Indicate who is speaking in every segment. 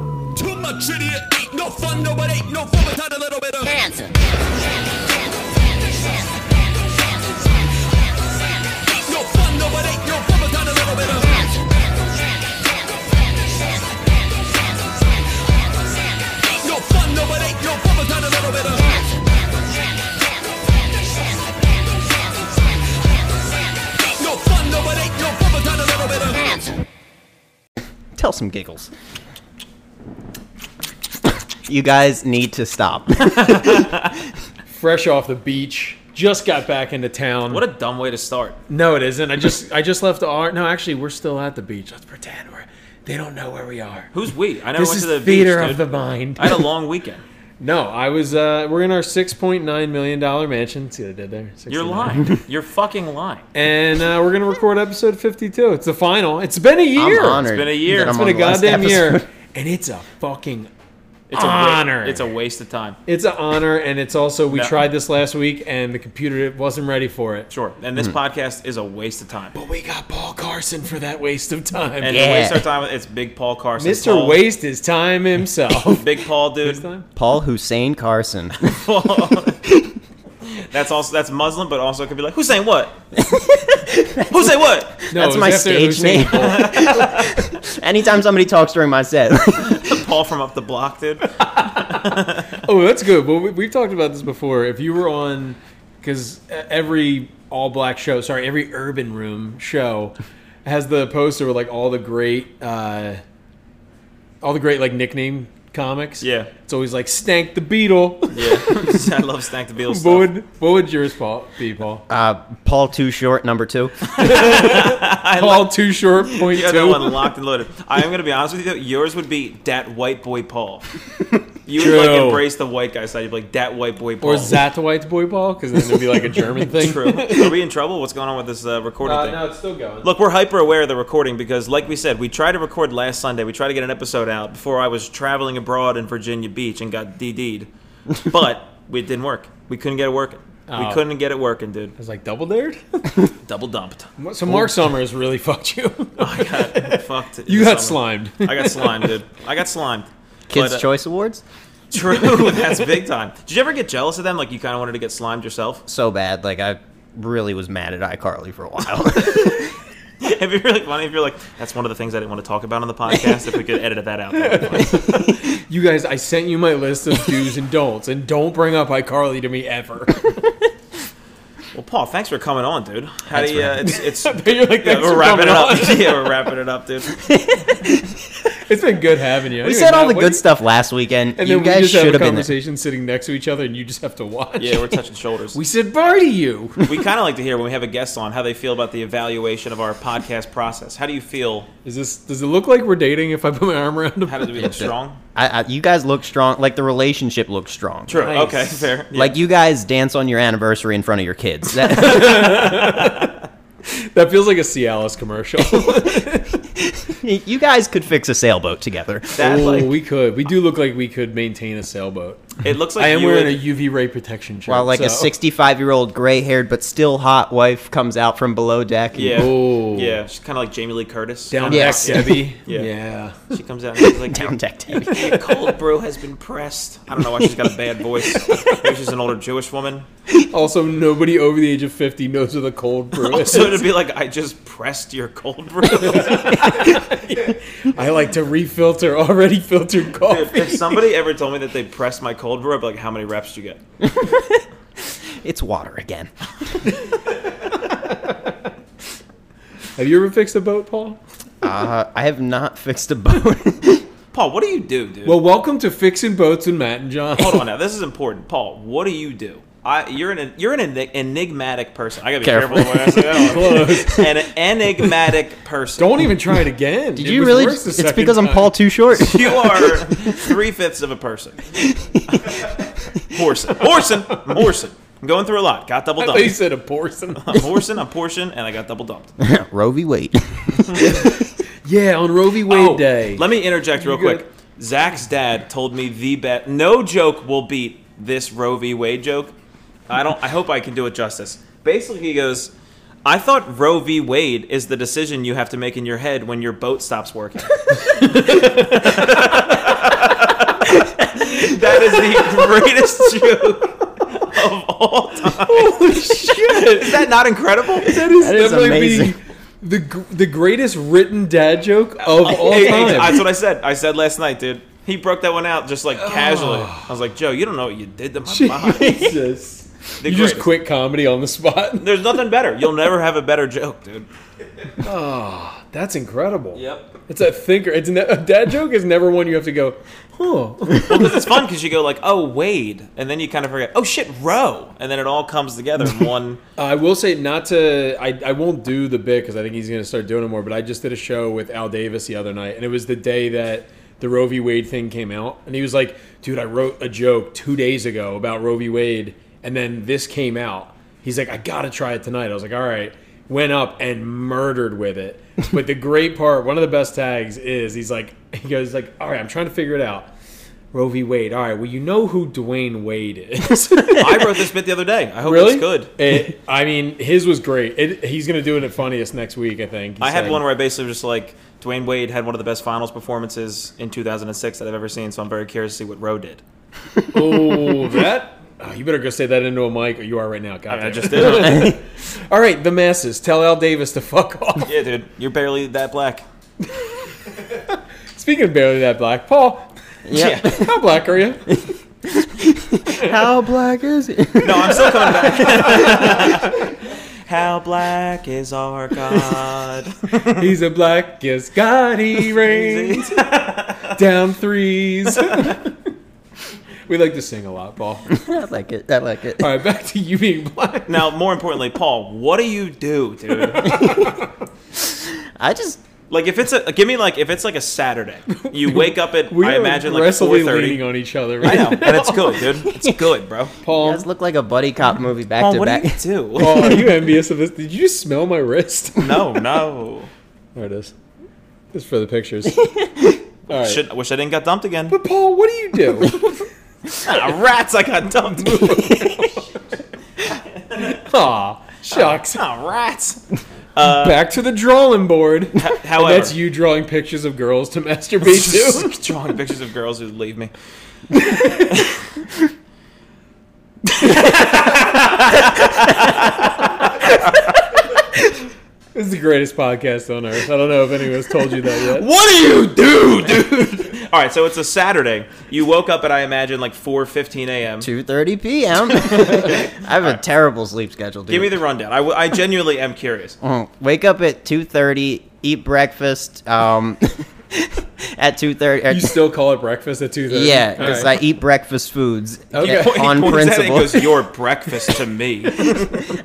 Speaker 1: a idiot. Ain't no fun, no, but ain't no fun without a little bit of
Speaker 2: Dancer.
Speaker 1: Ain't no fun, no, but ain't no fun without a little bit of Ain't no fun, no, but ain't no fun without a little bit of Ain't no fun, no, but ain't no fun without a little bit of
Speaker 3: Tell some giggles. You guys need to stop.
Speaker 4: Fresh off the beach, just got back into town.
Speaker 5: What a dumb way to start.
Speaker 4: No, it isn't. I just I just left the R. No, actually, we're still at the beach. Let's pretend we're. They don't know where we are.
Speaker 5: Who's we? I never
Speaker 4: This
Speaker 5: went
Speaker 4: is
Speaker 5: to the
Speaker 4: theater
Speaker 5: beach,
Speaker 4: of
Speaker 5: dude.
Speaker 4: the mind.
Speaker 5: I had a long weekend.
Speaker 4: no, I was. Uh, we're in our six point nine million dollar mansion. See what I did there?
Speaker 5: You're
Speaker 4: 69.
Speaker 5: lying. You're fucking lying.
Speaker 4: And uh, we're gonna record episode fifty two. It's the final. It's been a year.
Speaker 3: I'm honored.
Speaker 5: It's been a year.
Speaker 3: that
Speaker 5: It's
Speaker 3: I'm
Speaker 4: It's been a
Speaker 3: on the last
Speaker 4: goddamn year.
Speaker 3: episode.
Speaker 4: And it's a fucking.
Speaker 5: It's a wa-
Speaker 4: Honor.
Speaker 5: it's a waste of time.
Speaker 4: It's an honor, and it's also we
Speaker 5: No.
Speaker 4: tried this last week, and the computer wasn't ready for it.
Speaker 5: Sure. And this podcast is a waste of time.
Speaker 4: But we got Paul Carson for that waste of time.
Speaker 5: And
Speaker 3: Yeah.
Speaker 5: to waste our time, with- it's Big Paul Carson.
Speaker 4: Mr.
Speaker 5: Paul-
Speaker 4: Waste his time himself.
Speaker 5: Big Paul,
Speaker 4: This
Speaker 5: dude.
Speaker 4: time?
Speaker 3: Paul Hussein Carson.
Speaker 5: That's also that's Muslim, but also it could be like Hussein what? Hussein what?
Speaker 4: No,
Speaker 3: That's
Speaker 4: it was
Speaker 3: my
Speaker 4: after
Speaker 3: stage
Speaker 4: Hussein
Speaker 3: name. Anytime somebody talks during my set,
Speaker 5: Paul from up the block, dude.
Speaker 4: Oh, that's good. Well, we, we've talked about this before. If you were on, because every all black show, sorry, every urban room show has the poster with like all the great, uh, all the great like nickname comics.
Speaker 5: Yeah.
Speaker 4: it's always like Stank the Beetle.
Speaker 5: Yeah, I love Stank the Beal stuff.
Speaker 4: what would what would yours Paul, be, Paul?
Speaker 3: uh, Paul Too Short, number two.
Speaker 4: Paul Too Short Point
Speaker 5: Yeah, that
Speaker 4: Two.
Speaker 5: one locked and loaded. I am gonna be honest with you. though, Yours would be that white boy Paul. You would like
Speaker 4: True.
Speaker 5: embrace the white guy side. You'd be like that white boy Paul.
Speaker 4: or Zat the White's Boy Paul, because then it'd be like a German thing.
Speaker 5: True. Are we in trouble? What's going on with this uh, recording
Speaker 4: Uh,
Speaker 5: thing?
Speaker 4: no, it's still going.
Speaker 5: Look, we're hyper aware of the recording because, like we said, we tried to record last Sunday. We tried to get an episode out before I was traveling abroad in Virginia Beach and got DD'd. But it didn't work. We couldn't get it working.
Speaker 4: Oh.
Speaker 5: We couldn't get it working, dude.
Speaker 4: I was like double dared.
Speaker 5: Double dumped.
Speaker 4: So
Speaker 5: Oh.
Speaker 4: Mark Summers really fucked you.
Speaker 5: I got fucked. in
Speaker 4: you
Speaker 5: the
Speaker 4: got
Speaker 5: summer.
Speaker 4: slimed.
Speaker 5: I got slimed, dude. I got slimed.
Speaker 3: Kids'
Speaker 5: But, uh,
Speaker 3: Choice Awards.
Speaker 5: True, that's big time. Did you ever get jealous of them? Like you kind of wanted to get slimed yourself?
Speaker 3: So bad, like I really was mad at iCarly for a while.
Speaker 5: It'd be really funny if you're like, that's one of the things I didn't want to talk about on the podcast. If we could edit that out, that'd be funny.
Speaker 4: You guys, I sent you my list of do's and don'ts, and don't bring up iCarly to me ever.
Speaker 5: well, Paul, thanks for coming on, dude. How do you? Uh, it's it's
Speaker 4: You're like,
Speaker 5: yeah,
Speaker 4: "Thanks
Speaker 5: we're
Speaker 4: for
Speaker 5: wrapping it
Speaker 4: coming
Speaker 5: up.
Speaker 4: on."
Speaker 5: yeah, we're wrapping it up, dude.
Speaker 4: It's been good having you.
Speaker 3: we said all the good stuff last weekend.
Speaker 4: And
Speaker 3: you
Speaker 4: then we
Speaker 3: guys
Speaker 4: just have
Speaker 3: should have
Speaker 4: a
Speaker 3: been there.
Speaker 4: conversation sitting next to each other, and you just have to watch.
Speaker 5: Yeah, we're touching shoulders.
Speaker 4: We
Speaker 5: We,
Speaker 4: said bye to you.
Speaker 5: kind of like to hear when we have a guest on how they feel about the evaluation of our podcast process. How do you feel?
Speaker 4: Is this? Does it look like we're dating? If I put my arm around him,
Speaker 5: How does it look strong?
Speaker 3: I, I, you guys look strong. Like the relationship looks strong.
Speaker 5: True.
Speaker 4: Nice.
Speaker 5: Okay. Fair. Yeah.
Speaker 3: Like you guys dance on your anniversary in front of your kids. That-
Speaker 4: that feels like a Cialis commercial.
Speaker 3: you guys could fix a sailboat together.
Speaker 5: that.
Speaker 4: Ooh,
Speaker 5: like
Speaker 4: Oh, we could. We do look like we could maintain a sailboat.
Speaker 5: it looks like
Speaker 4: I am
Speaker 5: you
Speaker 4: wearing
Speaker 5: would-
Speaker 4: a UV ray protection shirt.
Speaker 3: While like a
Speaker 4: so-
Speaker 3: 65 year old gray haired but still hot wife comes out from below deck. and-
Speaker 5: Yeah.
Speaker 4: Oh.
Speaker 5: Yeah. She's kind of like Jamie Lee Curtis.
Speaker 4: down
Speaker 5: Kinda
Speaker 4: deck
Speaker 3: Yes.
Speaker 4: Debbie.
Speaker 5: Yeah.
Speaker 4: yeah.
Speaker 5: She comes out and she's like,
Speaker 3: Down deck Debbie.
Speaker 5: Your cold brew has been pressed. I don't know why she's got a bad voice. Maybe she's an older Jewish woman.
Speaker 4: Also, nobody over the age of 50 knows what a cold brew is.
Speaker 5: So it'd be like, I just pressed your cold brew.
Speaker 4: I like to refilter already filtered
Speaker 5: if,
Speaker 4: coffee.
Speaker 5: if somebody ever told me that they pressed my cold brew, I'd be like, how many reps did you get?
Speaker 3: It's water again.
Speaker 4: Have you ever fixed a boat, Paul?
Speaker 3: Uh, I have not fixed a boat.
Speaker 5: Paul, what do you do, dude?
Speaker 4: Well, welcome to Fixing Boats with Matt and John.
Speaker 5: hold on now. This is important. Paul, what do you do? I, you're an you're an enig- enigmatic person. I gotta be
Speaker 3: Careful.
Speaker 5: careful, when I say that one. An enigmatic person.
Speaker 4: Don't even try it again.
Speaker 3: Did you really? It's because I'm Paul Too Short.
Speaker 4: e-
Speaker 5: You are three fifths of a person. Horson. Horson. I'm Horson. I'm going through a lot. Got double
Speaker 4: They
Speaker 5: dumped.
Speaker 4: said a porcelain.
Speaker 5: I'm Horson, I'm Portion, and I got double dumped.
Speaker 3: Roe v. Wade.
Speaker 4: yeah, on Roe v. Wade
Speaker 5: Oh,
Speaker 4: Day.
Speaker 5: Let me interject real
Speaker 4: You good?
Speaker 5: quick. Zach's dad told me the bet. No joke will beat this Roe v. Wade joke. I don't. I hope I can do it justice. Basically, he goes. I thought Roe v. Wade is the decision you have to make in your head when your boat stops working. That is the greatest joke of all time.
Speaker 4: Holy shit!
Speaker 5: Is that not incredible?
Speaker 4: That is,
Speaker 3: That is
Speaker 4: that might be
Speaker 3: amazing.
Speaker 4: the gr- the greatest written dad joke of all
Speaker 5: Hey, hey,
Speaker 4: time.
Speaker 5: that's what I said. I said last night, dude. He broke that one out just like casually.
Speaker 4: Oh.
Speaker 5: I was like, Joe, you don't know what you did to my mind.
Speaker 4: Jesus. You just quit comedy on the spot.
Speaker 5: There's nothing better. You'll never have a better joke, dude.
Speaker 4: That's incredible.
Speaker 5: Yep.
Speaker 4: It's a thinker. It's ne- a dad joke is never one you have to go, huh?
Speaker 5: Well, because it's fun because you go like, oh Wade, and then you kind of forget, oh shit, Roe, and then it all comes together in one.
Speaker 4: Uh, I will say not to. I, I won't do the bit because I think he's going to start doing it more. But I just did a show with Al Davis the other night, and it was the day that the Roe v. Wade thing came out, and he was like, "Dude, I wrote a joke two days ago about Roe v. Wade, and then this came out." He's like, "I got to try it tonight." I was like, "All right." Went up and murdered with it. But the great part, one of the best tags is he's like, he goes like, "All right, I'm trying to figure it out." Roe v. Wade. All right, well, you know who Dwayne Wade is.
Speaker 5: I wrote this bit the other day. I hope
Speaker 4: Really?
Speaker 5: it's good.
Speaker 4: It- I mean, his was great. It, he's going to do it at funniest next week, I think.
Speaker 5: I had one where I basically was just like Dwayne Wade had one of the best finals performances in 2006 that I've ever seen, so I'm very curious to see what Roe did.
Speaker 4: Oh, that. Oh, you better go say that into a mic, or you are right now. God,
Speaker 5: I
Speaker 4: damn
Speaker 5: just
Speaker 4: it.
Speaker 5: did.
Speaker 4: All right, the masses. Tell Al Davis to fuck off.
Speaker 5: yeah, dude, you're barely that black.
Speaker 4: Speaking of barely that black, Paul,
Speaker 3: Yeah.
Speaker 4: how black are you?
Speaker 3: How black is it?
Speaker 5: No, I'm still coming back. How black is our God?
Speaker 4: He's a black as God. He reigns down threes. we like to sing a lot, Paul.
Speaker 3: I like it. I like it.
Speaker 4: All right, back to you being black.
Speaker 5: now, more importantly, Paul, what do you do, dude?
Speaker 3: I just
Speaker 5: Like if it's a give me like if it's like a Saturday, you wake up at I
Speaker 4: are
Speaker 5: imagine like four
Speaker 4: aggressively
Speaker 5: thirty.
Speaker 4: leaning on each other.
Speaker 5: I
Speaker 4: Right
Speaker 5: know,
Speaker 4: now.
Speaker 5: and it's good, dude. It's good, bro.
Speaker 4: Paul,
Speaker 3: does look like a buddy cop movie back
Speaker 5: Paul,
Speaker 3: to
Speaker 5: what
Speaker 3: back.
Speaker 5: do you do?
Speaker 4: Oh, are you envious of this? Did you just smell my wrist?
Speaker 5: no, no.
Speaker 4: There it is. This is for the pictures. All right.
Speaker 5: Should, wish I didn't got dumped again.
Speaker 4: Paul, what do you do?
Speaker 5: Ah, rats, I got dumped.
Speaker 4: Aw, shucks.
Speaker 5: Ah, rats.
Speaker 4: Back to the drawing board.
Speaker 5: Uh, However,
Speaker 4: That's you drawing pictures of girls to masturbate to.
Speaker 5: drawing pictures of girls who leave me.
Speaker 4: This is the greatest podcast on earth. I don't know if anyone's told you that yet.
Speaker 5: What do you do, dude? All right, so it's a Saturday. You woke up at I imagine like four fifteen a.m.
Speaker 3: 2:30 p.m. I have a terrible sleep schedule, dude.
Speaker 5: Give me the rundown. I, w- I genuinely am curious.
Speaker 3: Mm. Wake up at 2:30, eat breakfast. Um, at 2:30.
Speaker 4: You
Speaker 3: at-
Speaker 4: still call it breakfast at 2.30?
Speaker 3: Yeah, because
Speaker 4: All right.
Speaker 3: I eat breakfast foods
Speaker 4: Okay.
Speaker 3: uh, on
Speaker 5: He points at it and
Speaker 3: principle.
Speaker 5: goes, your breakfast to me.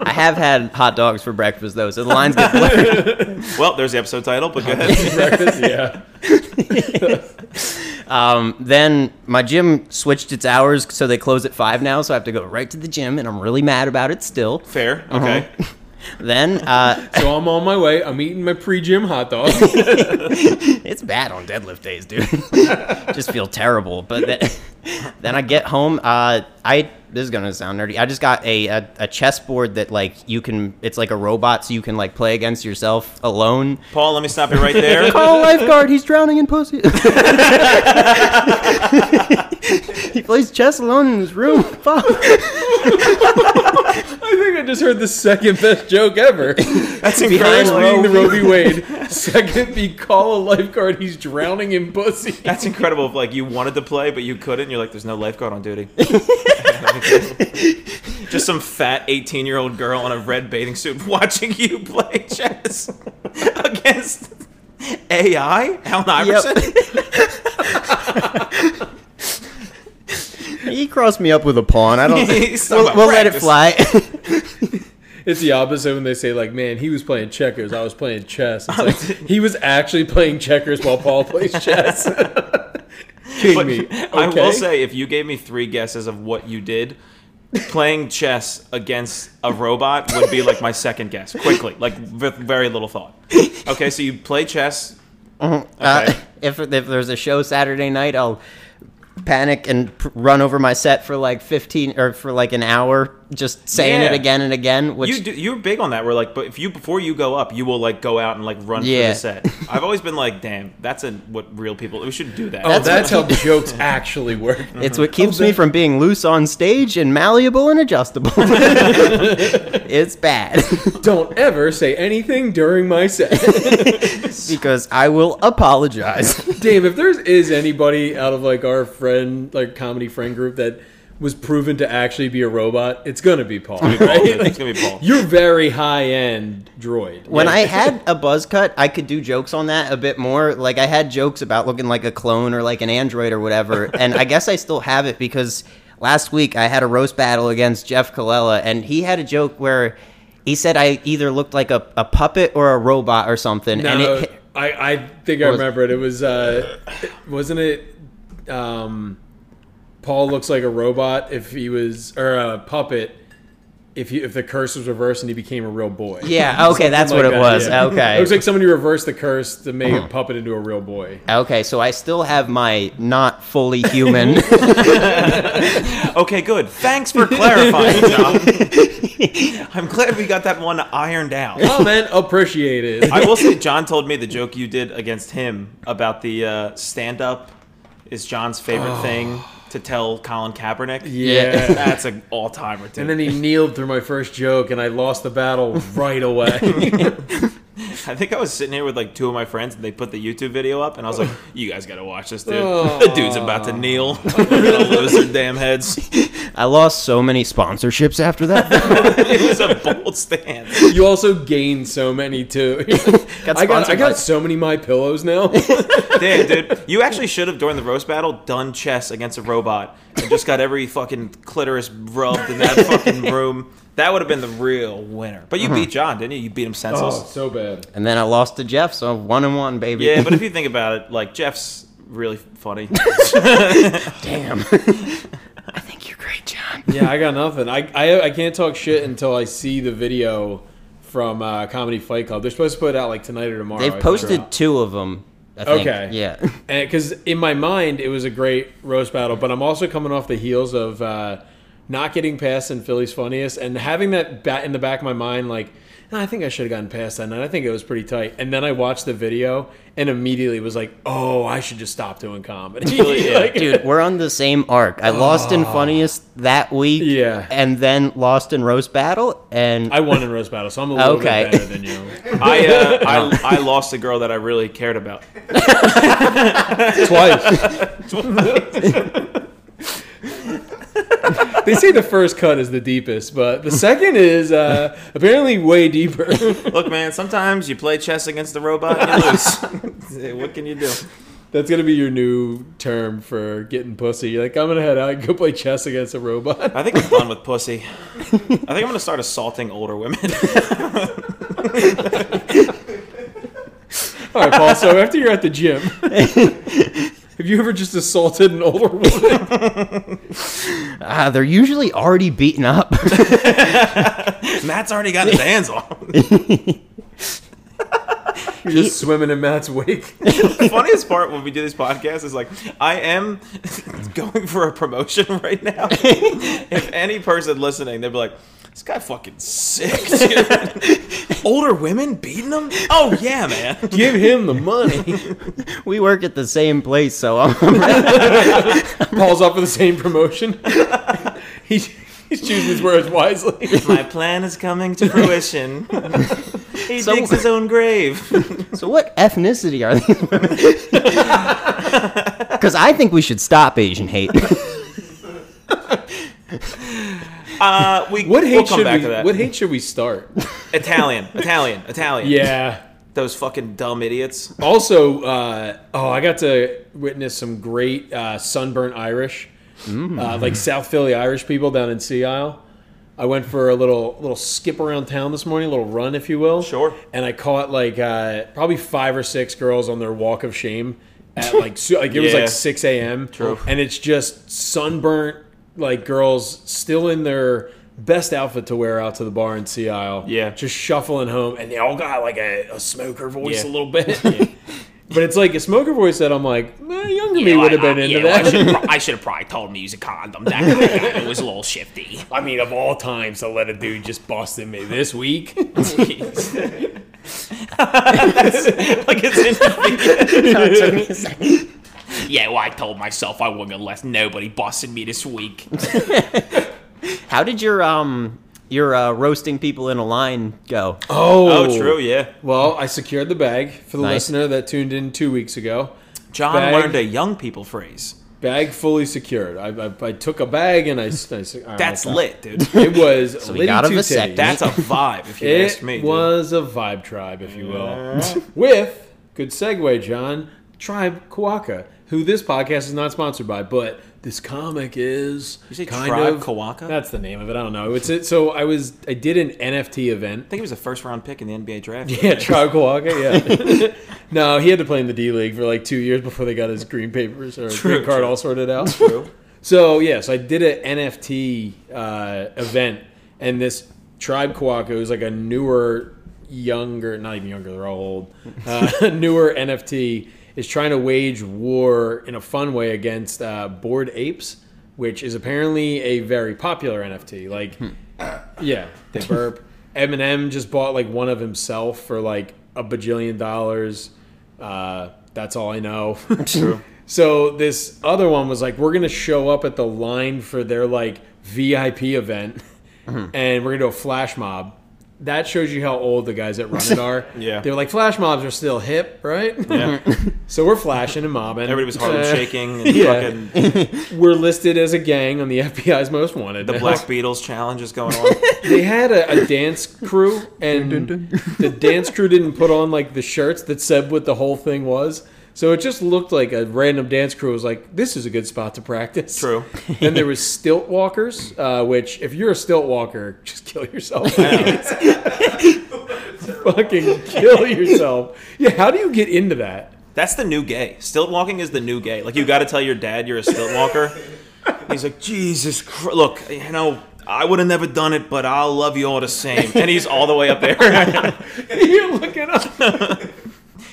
Speaker 3: I have had hot dogs for breakfast though, so the lines get blurred.
Speaker 5: Well, there's the episode title, but go ahead.
Speaker 4: breakfast, yeah.
Speaker 3: Um, then my gym switched its hours, so they close at five now. So I have to go right to the gym, and I'm really mad about it still.
Speaker 5: Fair. Okay.
Speaker 3: Then uh,
Speaker 4: So I'm on my way. I'm eating my pre-gym hot dog.
Speaker 3: it's bad on deadlift days, dude. just feel terrible. But then, then I get home. Uh, I this is gonna sound nerdy. I just got a, a a chessboard that like you can. It's like a robot, so you can like play against yourself alone.
Speaker 5: Paul, let me stop you right there.
Speaker 3: Call a Oh, lifeguard. He's drowning in pussy. he plays chess alone in his room. Fuck.
Speaker 4: I think I just heard the second best joke ever.
Speaker 5: That's
Speaker 3: Behind
Speaker 4: First being
Speaker 5: incredible.
Speaker 4: the Roe v. Wade. Second, be call a lifeguard. He's drowning in pussy.
Speaker 5: That's incredible. If like you wanted to play but you couldn't, you're like, there's no lifeguard on duty. Just some fat 18 year old girl in a red bathing suit watching you play chess against AI Alan Iverson.
Speaker 3: He crossed me up with a pawn. I don't.
Speaker 5: He's talking
Speaker 3: we'll
Speaker 5: about
Speaker 3: we'll let it
Speaker 5: practice.
Speaker 3: fly.
Speaker 4: It's the opposite when they say like, "Man, he was playing checkers. I was playing chess." It's like he was actually playing checkers while Paul plays chess. Kidding
Speaker 5: But
Speaker 4: me? Okay.
Speaker 5: I will say, if you gave me three guesses of what you did, playing chess against a robot would be like my second guess, quickly, like with very little thought. Okay, so you play chess.
Speaker 3: Uh,
Speaker 5: Okay.
Speaker 3: if if there's a show Saturday night, I'll panic and pr- run over my set for like 15 or for like an hour. just saying it
Speaker 5: Yeah.
Speaker 3: again and again. Which
Speaker 5: you do, you're big on that. We're like, but if you before you go up, you will like go out and like run through
Speaker 3: Yeah.
Speaker 5: the set. I've always been like, damn, that's a, what real people. We should do that.
Speaker 4: Oh, that's,
Speaker 3: That's
Speaker 4: how jokes actually work.
Speaker 3: It's what keeps
Speaker 4: Oh,
Speaker 3: me
Speaker 4: that-
Speaker 3: from being loose on stage and malleable and adjustable. it's bad
Speaker 4: Don't ever say anything during my set.
Speaker 3: because I will apologize.
Speaker 4: Dave, if there is anybody out of like our friend, like comedy friend group that was proven to actually be a robot, it's gonna be Paul.
Speaker 5: Paul,
Speaker 4: Right?
Speaker 5: dude. It's gonna be Paul.
Speaker 4: You're very high end droid.
Speaker 3: When I had a buzz cut, I could do jokes on that a bit more. Like I had jokes about looking like a clone or like an android or whatever, and I guess I still have it because last week I had a roast battle against Jeff Colella, and he had a joke where he said I either looked like a, a puppet or a robot or something, and
Speaker 4: No,
Speaker 3: it hit-
Speaker 4: I, I think I
Speaker 3: was-
Speaker 4: remember it. It was uh, wasn't it? Um, Paul looks like a robot if he was or a puppet. If he, if the curse was reversed and he became a real boy.
Speaker 3: yeah, okay, that's what
Speaker 4: Like
Speaker 3: it
Speaker 4: that,
Speaker 3: was.
Speaker 4: yeah.
Speaker 3: Okay, Uh-huh.
Speaker 4: It was like somebody reversed the curse to make a puppet into a real boy.
Speaker 3: Okay, so I still have my not fully human.
Speaker 5: Okay, good. Thanks for clarifying, John. I'm glad we got that one ironed out.
Speaker 4: Oh man, appreciate it.
Speaker 5: I will say, John told me the joke you did against him about the uh, stand up is John's favorite thing to tell Colin Kaepernick.
Speaker 4: Oh. Yeah.
Speaker 5: That's an all timer,
Speaker 4: and
Speaker 5: dude.
Speaker 4: then he kneeled through my first joke, and I lost the battle right away.
Speaker 5: I think I was sitting here with like two of my friends and they put the YouTube video up and I was like, you guys gotta watch this, dude. The dude's about to kneel. They're gonna lose their damn heads.
Speaker 3: I lost so many sponsorships after that.
Speaker 5: It was a bold stance.
Speaker 4: you also gained so many too. I got I
Speaker 3: sponsored by-
Speaker 4: got so many my pillows now.
Speaker 5: Damn, dude. You actually should have, during the roast battle, done chess against a robot and just got every fucking clitoris rubbed in that fucking room. That would have been the real winner. But you beat John, didn't you? You beat him senseless.
Speaker 4: oh, so bad.
Speaker 3: and then I lost to Jeff, so one and one, baby.
Speaker 5: Yeah, but if you think about it, like, Jeff's really funny.
Speaker 3: damn. I think you're great, John.
Speaker 4: Yeah, I got nothing. I, I I can't talk shit until I see the video from uh, Comedy Fight Club. They're supposed to put it out like tonight or tomorrow. I
Speaker 3: They've
Speaker 4: think.
Speaker 3: posted two of them. I think.
Speaker 4: Okay.
Speaker 3: Yeah.
Speaker 4: because in my mind it was a great roast battle, but I'm also coming off the heels of uh, not getting past in Philly's funniest and having that bat in the back of my mind, like "Nah, I think I should have gotten past that night. I think it was pretty tight. And then I watched the video and immediately was like, oh, I should just stop doing comedy. Like-
Speaker 3: Dude, we're on the same arc. I lost in funniest that week.
Speaker 4: Ah. Yeah.
Speaker 3: And then lost in roast battle, and
Speaker 4: I won in roast battle, so I'm a little
Speaker 3: Okay.
Speaker 4: bit better than you.
Speaker 5: I, uh, I I lost a girl that I really cared about.
Speaker 4: Twice. they say the first cut is the deepest, but the second is uh, apparently way deeper.
Speaker 5: Look, man, sometimes you play chess against the robot and you lose. what can you do?
Speaker 4: That's gonna be your new term for getting pussy. You're like, I'm gonna head out and go play chess against a robot.
Speaker 5: I think I'm done with pussy. I think I'm gonna start assaulting older women.
Speaker 4: All right, Paul. So after you're at the gym, have you ever just assaulted an older woman?
Speaker 3: ah, they're usually already beaten up.
Speaker 5: Matt's already got his hands on.
Speaker 4: You're just swimming in Matt's wake.
Speaker 5: The funniest part when we do this podcast is like, I am going for a promotion right now. if any person listening, they'd be like, this guy fucking sick, dude. Older women beating them? Oh, yeah, man.
Speaker 4: Give him the money.
Speaker 3: we work at the same place, so um, I'm,
Speaker 4: Paul's up for the same promotion. he, he's choosing his words wisely.
Speaker 5: My plan is coming to fruition. he
Speaker 3: So-
Speaker 5: digs his own grave.
Speaker 3: so what ethnicity are these women? Because I think we should stop Asian hate.
Speaker 5: Uh, we,
Speaker 4: What hate
Speaker 5: we'll come
Speaker 4: should
Speaker 5: back
Speaker 4: we?
Speaker 5: to that.
Speaker 4: What hate should we start?
Speaker 5: Italian, Italian, Italian.
Speaker 4: Yeah.
Speaker 5: Those fucking dumb idiots.
Speaker 4: Also, uh, oh, I got to witness some great uh, sunburnt Irish, uh, like South Philly Irish people down in Sea Isle. I went for a little little skip around town this morning, a little run, if you will.
Speaker 5: Sure.
Speaker 4: And I caught like uh, probably five or six girls on their walk of shame at like so, like it was
Speaker 5: Yeah.
Speaker 4: like six a.m.
Speaker 5: True.
Speaker 4: And it's just sunburnt like girls still in their best outfit to wear out to the bar in Sea Isle.
Speaker 5: Yeah.
Speaker 4: Just shuffling home, and they all got like a, a smoker voice
Speaker 5: Yeah.
Speaker 4: a little bit. But it's like a smoker voice that I'm like, eh, younger me would have been into that.
Speaker 2: I should have probably told him to use a condom. That guy was a little shifty.
Speaker 4: I mean, of all times to let a dude just bust in me this week.
Speaker 5: like it's in
Speaker 2: Yeah, well, I told myself I wasn't gonna let nobody busting me this week.
Speaker 3: How did your um your uh, roasting people in a line go?
Speaker 4: Oh,
Speaker 5: Oh, true, yeah.
Speaker 4: Well, I secured the bag for the
Speaker 3: Nice.
Speaker 4: listener that tuned in two weeks ago.
Speaker 5: John
Speaker 4: Bag.
Speaker 5: learned a young people phrase.
Speaker 4: Bag fully secured. I, I, I took a bag and I. s- I s- I
Speaker 5: That's
Speaker 4: don't know.
Speaker 5: lit, dude.
Speaker 4: It was.
Speaker 3: we
Speaker 4: litty
Speaker 3: got a
Speaker 4: two
Speaker 3: vasectomy.
Speaker 4: titties.
Speaker 5: That's a vibe, if you ask
Speaker 4: It
Speaker 5: me. dude.
Speaker 4: was a vibe tribe, if you will. With good segue, John Tribe Kawaka, who this podcast is not sponsored by, but this comic is.
Speaker 5: You say
Speaker 4: kind
Speaker 5: Tribe
Speaker 4: of,
Speaker 5: Kawaka?
Speaker 4: That's the name of it. I don't know. It's it. So I was. I did an NFT event.
Speaker 5: I think he was a first round pick in the NBA draft.
Speaker 4: Yeah, Tribe Kawaka, yeah. no, he had to play in the D League for like two years before they got his green papers or green card all sorted out.
Speaker 5: True.
Speaker 4: So, yes, I did an NFT uh, event, and this Tribe Kawaka was like a newer, younger, not even younger, they're all old, uh, newer NFT is trying to wage war in a fun way against uh, Bored Apes, which is apparently a very popular NFT. Like, yeah, they burp. Eminem just bought like one of himself for like a bajillion dollars. Uh, that's all I know. True. so this other one was like, we're gonna show up at the line for their like VIP event,
Speaker 5: Mm-hmm.
Speaker 4: and we're gonna do a flash mob. That shows you how old the guys that run it are.
Speaker 5: Yeah.
Speaker 4: they were like, flash mobs are still hip, right?
Speaker 5: Yeah.
Speaker 4: so we're flashing and mobbing.
Speaker 5: Everybody was Harlem
Speaker 4: Uh,
Speaker 5: shaking and
Speaker 4: yeah.
Speaker 5: fucking
Speaker 4: We're listed as a gang on the FBI's most wanted.
Speaker 5: the
Speaker 4: now.
Speaker 5: Black Beatles challenge is going on.
Speaker 4: they had a, a dance crew and the dance crew didn't put on like the shirts that said what the whole thing was so it just looked like a random dance crew was like this is a good spot to practice
Speaker 5: True.
Speaker 4: then there was stilt walkers uh, which if you're a stilt walker just kill yourself fucking kill yourself yeah how do you get into that
Speaker 5: That's the new gay. Stilt walking is the new gay. Like you got to tell your dad you're a stilt walker. he's like, Jesus, Christ. look, you know, I would have never done it, but I'll love you all the same. And he's all the way up there.
Speaker 4: you're looking up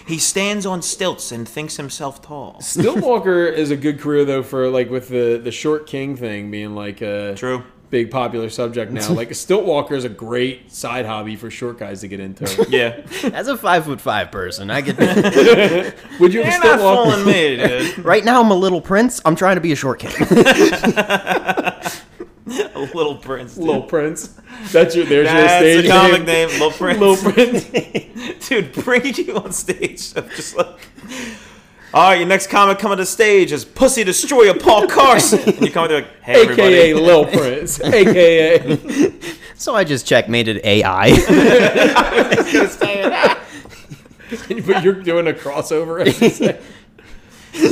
Speaker 5: he stands on stilts and thinks himself tall.
Speaker 4: stilt walker is a good career though for like with the the short king thing being like uh
Speaker 5: True.
Speaker 4: big popular subject now. Like a stilt walker is a great side hobby for short guys to get into.
Speaker 5: Yeah,
Speaker 3: As a five foot five person, I get
Speaker 4: Would you have a
Speaker 5: you're
Speaker 4: stilt
Speaker 5: not
Speaker 4: walker?
Speaker 5: fooling me, dude.
Speaker 3: right now. I'm a little prince. I'm trying to be a short king.
Speaker 5: A Little Prince. Dude.
Speaker 4: Little Prince. That's your there's
Speaker 5: That's
Speaker 4: your
Speaker 5: the
Speaker 4: stage
Speaker 5: comic
Speaker 4: name.
Speaker 5: name, Little Prince.
Speaker 4: Little Prince.
Speaker 5: dude, bringing you on stage. I'm just like, all right, your next comic coming to stage is Pussy Destroyer Paul Carson. And you come up there like, hey,
Speaker 4: AKA
Speaker 5: everybody.
Speaker 4: Lil Prince. AKA
Speaker 3: so I just checkmated AI.
Speaker 4: but you're doing a crossover episode.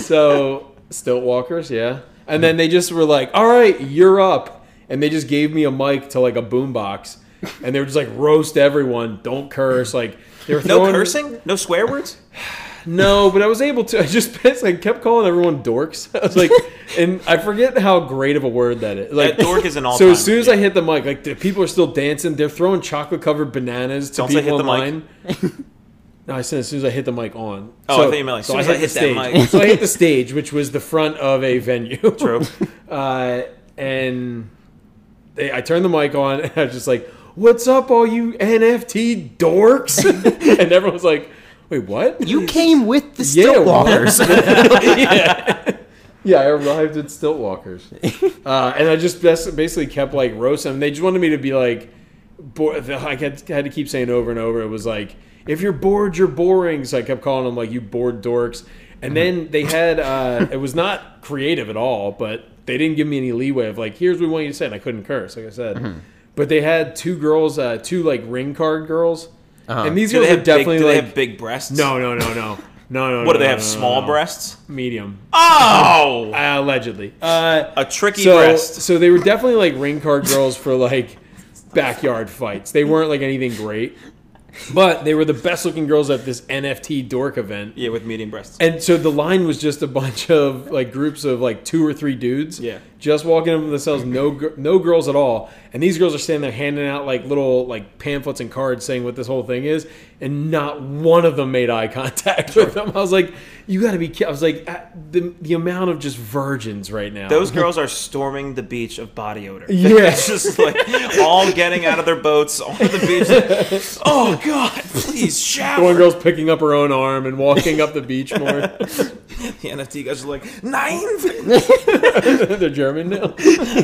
Speaker 4: so stilt walkers, yeah. And then they just were like, All right, you're up. And they just gave me a mic to like a boombox. And they were just like roast everyone, don't curse, like they were
Speaker 5: No
Speaker 4: throwing-
Speaker 5: cursing? No swear words?
Speaker 4: No, but I was able to. I just I kept calling everyone dorks. I was like, and I forget how great of a word that is. Like
Speaker 5: That dork is an all-time-
Speaker 4: So as soon as I hit the mic, like the people are still dancing. They're throwing chocolate covered bananas to
Speaker 5: Don't say
Speaker 4: people
Speaker 5: hit the mic.
Speaker 4: online. no, I said as soon as I hit the mic on.
Speaker 5: Oh, I thought you meant like, soon as I hit
Speaker 4: the
Speaker 5: that
Speaker 4: stage.
Speaker 5: mic.
Speaker 4: so I hit the stage, which was the front of a venue.
Speaker 5: True.
Speaker 4: Uh, and they, I turned the mic on, and I was just like, "What's up, all you NFT dorks?" and everyone's like, "Wait, what?"
Speaker 3: you came with the
Speaker 4: Yeah,
Speaker 3: stilt walkers.
Speaker 4: Yeah, I arrived at Stilt Walkers, uh, and I just bas- basically kept like roasting them. They just wanted me to be like, bo- I had had to keep saying over and over. It was like, if you're bored, you're boring. So I kept calling them like, you bored dorks. And
Speaker 5: Mm-hmm.
Speaker 4: then they had uh, it was not creative at all, but they didn't give me any leeway of like, here's what we want you to say. And I couldn't curse, like I said.
Speaker 5: Mm-hmm.
Speaker 4: But they had two girls, uh, two like ring card girls, and these
Speaker 5: Uh-huh.
Speaker 4: girls
Speaker 5: Do they
Speaker 4: are
Speaker 5: have, big,
Speaker 4: definitely
Speaker 5: do they
Speaker 4: like
Speaker 5: have big breasts?
Speaker 4: no, no, no, no, no, no.
Speaker 5: What
Speaker 4: no,
Speaker 5: do they
Speaker 4: no,
Speaker 5: have?
Speaker 4: no, no,
Speaker 5: small
Speaker 4: no.
Speaker 5: breasts?
Speaker 4: medium, Uh,
Speaker 5: Oh!
Speaker 4: allegedly. Uh,
Speaker 5: A tricky
Speaker 4: so,
Speaker 5: breast.
Speaker 4: so they were definitely like ring card girls for like backyard fights. They weren't like anything great, but they were the best looking girls at this NFT dork event.
Speaker 5: Yeah, with medium breasts.
Speaker 4: And so the line was just a bunch of like groups of like two or three dudes.
Speaker 5: Yeah.
Speaker 4: just walking in themselves, no gir- no girls at all, and these girls are standing there handing out like little like pamphlets and cards saying what this whole thing is, and not one of them made eye contact with them. I was like, you got to be. ki-" I was like, "Ah, the the amount of just virgins right now.
Speaker 5: Those girls are storming the beach of body odor.
Speaker 4: Yeah.
Speaker 5: it's just like all getting out of their boats on the beach. like, oh God, please
Speaker 4: The one
Speaker 5: shower.
Speaker 4: girl's picking up her own arm and walking up the beach more.
Speaker 5: The NFT guys are like nine.
Speaker 4: They're German now.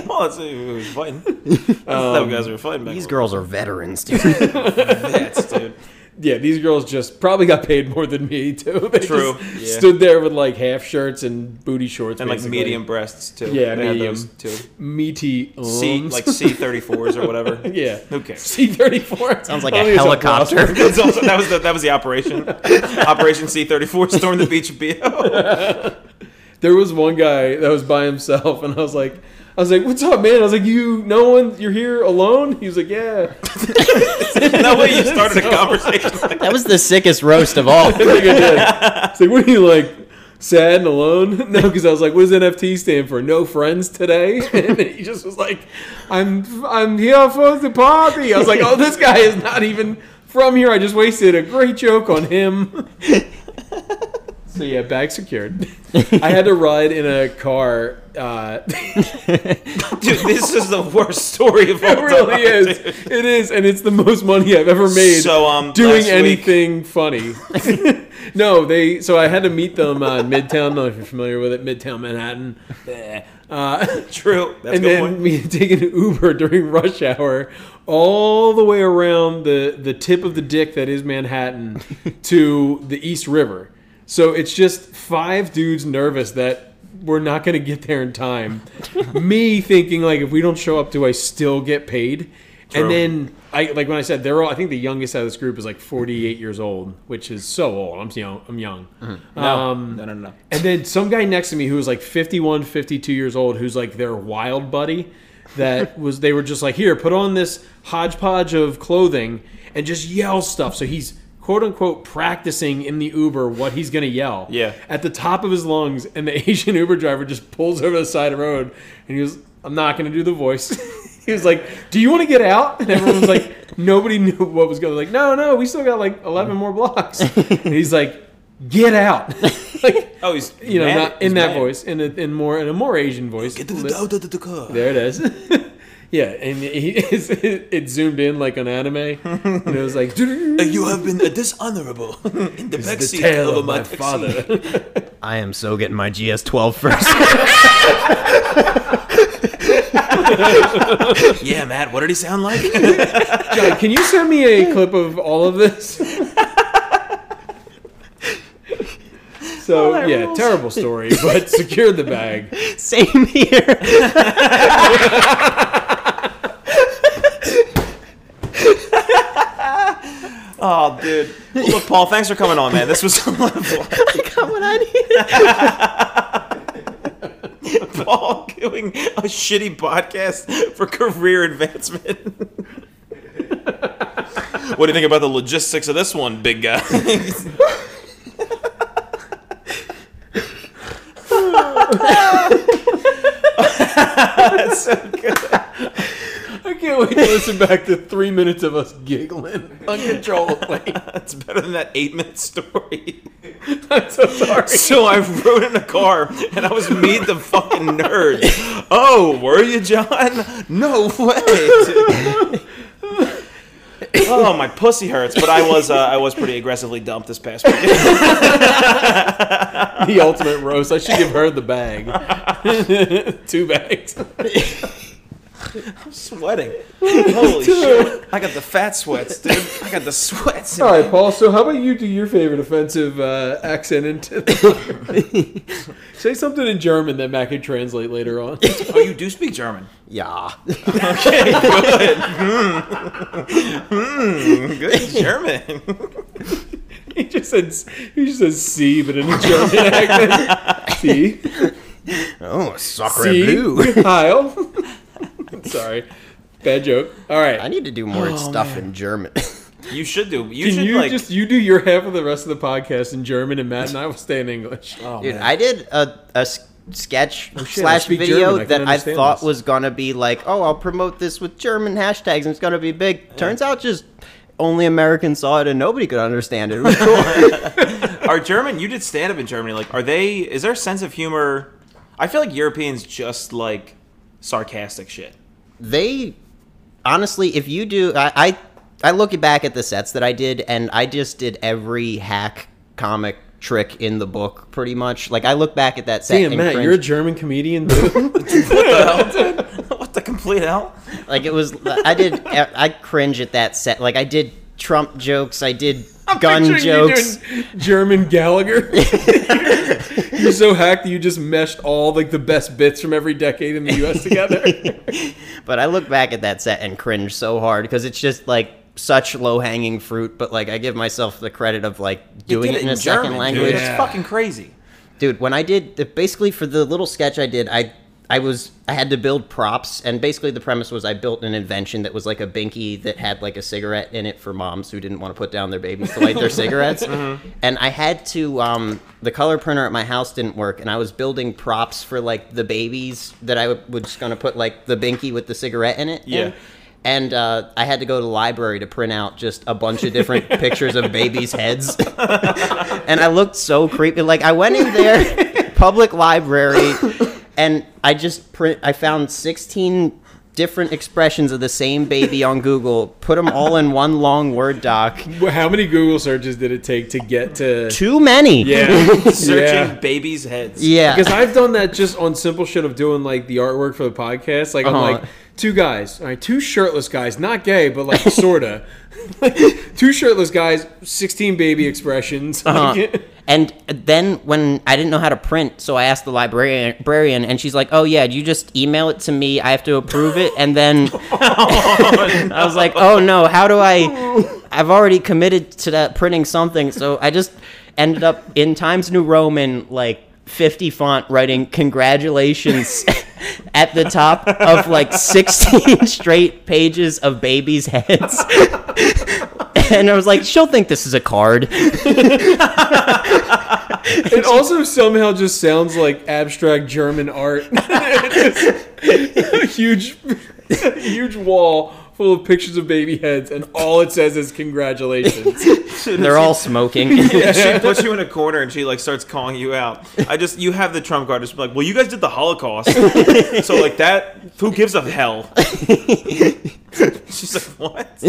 Speaker 5: Well, that's who was fighting. That's
Speaker 4: Um,
Speaker 5: how guys were fighting. Back
Speaker 3: These
Speaker 5: then.
Speaker 3: girls are veterans, dude.
Speaker 5: That's, dude.
Speaker 4: Yeah, these girls just probably got paid more than me too. They
Speaker 5: True,
Speaker 4: just
Speaker 5: yeah.
Speaker 4: Stood there with like half shirts and booty shorts
Speaker 5: And like
Speaker 4: basically.
Speaker 5: medium breasts too.
Speaker 4: Yeah,
Speaker 5: They had
Speaker 4: medium.
Speaker 5: those, too.
Speaker 4: meaty
Speaker 5: C
Speaker 4: ums.
Speaker 5: like C thirty fours or whatever.
Speaker 4: yeah.
Speaker 5: Who cares?
Speaker 4: C thirty four
Speaker 3: Sounds like a helicopter.
Speaker 5: It's also, that was the that was the operation. Operation C thirty four storm the beach BO.
Speaker 4: There was one guy that was by himself, and I was like, I was like, "What's up, man?" I was like, "You, no one, you're here alone." He was like, "Yeah."
Speaker 5: That way you started a conversation.
Speaker 3: that was the sickest roast of all.
Speaker 4: I think I did. It's like, what are you like? Sad and alone? No, because I was like, "What does NFT stand for? No friends today." And he just was like, "I'm I'm here for the party." I was like, "Oh, this guy is not even from here. I just wasted a great joke on him." So yeah, bag secured. I had to ride in a car. Uh,
Speaker 5: Dude, this is the worst story of all
Speaker 4: it really
Speaker 5: time,
Speaker 4: is.
Speaker 5: dude.
Speaker 4: It is, and it's the most money I've ever made.
Speaker 5: So, um,
Speaker 4: doing
Speaker 5: last week-
Speaker 4: anything funny. no, they. So I had to meet them uh, in Midtown. Not if you're familiar with it, Midtown Manhattan. Uh,
Speaker 5: True. That's a
Speaker 4: and
Speaker 5: good
Speaker 4: then
Speaker 5: point.
Speaker 4: me taking an Uber during rush hour all the way around the the tip of the dick that is Manhattan to the East River. So it's just five dudes nervous that we're not going to get there in time. me thinking like if we don't show up do I still get paid?
Speaker 5: True.
Speaker 4: And then I like when I said they're all I think the youngest out of this group is like 48 years old, which is so old. I'm young. I'm young. Um,
Speaker 5: no, no, no.
Speaker 4: and then some guy next to me who was like 51, 52 years old, who's like their wild buddy, that was, they were just like, here, put on this hodgepodge of clothing and just yell stuff. So he's quote unquote practicing in the Uber what he's going to yell.
Speaker 5: Yeah.
Speaker 4: At the top of his lungs. And the Asian Uber driver just pulls over the side of the road and he goes, I'm not going to do the voice. he was like, do you want to get out? And everyone was like, nobody knew what was going on. Like, no, no, we still got like 11 more blocks. and he's like, get out. like,
Speaker 5: Oh, he's
Speaker 4: you know,
Speaker 5: mad.
Speaker 4: not
Speaker 5: He's
Speaker 4: in that
Speaker 5: mad.
Speaker 4: voice, in a in more in a more Asian voice. there it is. yeah, and he, it's- it, it zoomed in like an anime, and it was like the
Speaker 5: You have been uh, dishonorable in the backseat
Speaker 4: tale of my father.
Speaker 3: I am so getting my GS12 first.
Speaker 5: Yeah, Matt. What did he sound like?
Speaker 4: God, can you send me a clip of all of this? So yeah, terrible story, but secured the bag.
Speaker 3: Same here.
Speaker 5: oh, dude. Well, look, Paul. Thanks for coming on, man. This was so much fun.
Speaker 3: What I need.
Speaker 5: Paul doing a shitty podcast for career advancement. what do you think about the logistics of this one, big guy?
Speaker 4: I can't wait to listen back to three minutes of us giggling uncontrollably.
Speaker 5: That's better than that eight-minute story.
Speaker 4: I'm so sorry.
Speaker 5: So I rode in a car and I was meet the fucking nerd. Oh, were you, John? No way. oh, my pussy hurts, but I was uh, I was pretty aggressively dumped this past week.
Speaker 4: the ultimate roast. I should give her the bag. Two bags.
Speaker 5: I'm sweating. Holy shit! I got the fat sweats, dude. I got the sweats.
Speaker 4: All right, Paul. So, how about you do your favorite offensive uh, accent into the Say something in German that Matt could translate later on.
Speaker 5: Oh, you do speak German.
Speaker 3: Yeah.
Speaker 5: Good German.
Speaker 4: he just says he just says "see," but in a German accent. See,
Speaker 3: Oh, soccer
Speaker 4: see, Heil. Sorry, bad joke. All right.
Speaker 3: I need to do
Speaker 4: Oh,
Speaker 3: more stuff in German.
Speaker 5: You should do. You
Speaker 4: Can
Speaker 5: should
Speaker 4: you
Speaker 5: like.
Speaker 4: just you do your half of the rest of the podcast in German, and Matt and I will stay in English.
Speaker 5: oh,
Speaker 3: Dude,
Speaker 5: man.
Speaker 3: I did a, a s- sketch
Speaker 4: Oh, shit, I
Speaker 3: slash
Speaker 4: speak
Speaker 3: video
Speaker 4: German. I can
Speaker 3: that I
Speaker 4: understand
Speaker 3: thought
Speaker 4: this.
Speaker 3: was gonna be like, oh, I'll promote this with German hashtags and it's gonna be big. Turns out just only Americans saw it and nobody could understand it. It was cool.
Speaker 5: Are German? You did stand up in Germany. Like, are they? Is their sense of humor? I feel like Europeans just like sarcastic shit.
Speaker 3: they honestly, if you do, I, I I look back at the sets that I did and I just did every hack comic trick in the book pretty much. Like I look back at that set.
Speaker 4: Damn,
Speaker 3: and
Speaker 4: Matt,
Speaker 3: cringe.
Speaker 4: you're a German comedian. dude.
Speaker 5: what the complete hell?
Speaker 3: Like it was, I did, e, I cringe at that set. Like I did Trump jokes, I did gun
Speaker 4: Picturing you
Speaker 3: jokes.
Speaker 4: doing German Gallagher. you're so hacked that you just meshed all like the best bits from every decade in the U.S. together.
Speaker 3: But I look back at that set and cringe so hard because it's just like such low hanging fruit. But like I give myself the credit of like doing
Speaker 5: Did
Speaker 3: it, in a second
Speaker 5: dude.
Speaker 3: language.
Speaker 5: It's fucking crazy.
Speaker 3: dude when i did the, basically for the little sketch i did i i was i had to build props and basically the premise was i built an invention that was like a binky that had like a cigarette in it for moms who didn't want to put down their babies to light their cigarettes and i had to um the color printer at my house didn't work and i was building props for like the babies that i w- was just gonna put like the binky with the cigarette in it
Speaker 5: Yeah.
Speaker 3: in. And uh, I had to go to the library to print out just a bunch of different pictures of babies' heads and I looked so creepy. Like I went in there, public library, and I just print. I found sixteen different expressions of the same baby on Google. Put them all in one long Word doc.
Speaker 4: How many Google searches did it take to get to?
Speaker 3: Too many.
Speaker 4: Yeah, Yeah.
Speaker 5: Searching babies' heads.
Speaker 3: Yeah.
Speaker 4: Because I've done that just on simple shit of doing like the artwork for the podcast. Like
Speaker 3: Uh-huh.
Speaker 4: I'm like two guys, all right, two shirtless guys, not gay, but like sorta. two shirtless guys, sixteen baby expressions.
Speaker 3: Uh-huh. And then when I didn't know how to print, so I asked the librarian, librarian, and she's like, "Oh yeah, you just email it to me. I have to approve it." And then I was like, "Oh no, how do I? I've already committed to that printing something." So I just ended up in Times New Roman, like 50 font, writing "Congratulations." At the top of like 16 straight pages of babies' heads. and I was like, she'll think this is a card.
Speaker 4: it also somehow just sounds like abstract German art. a huge, a huge wall full of pictures of baby heads, and all it says is congratulations.
Speaker 3: They're all smoking.
Speaker 5: she puts you in a corner and she like starts calling you out. I just you have the trump card. Just be like, well, you guys did the Holocaust, so like that. Who gives a hell? She's like, what?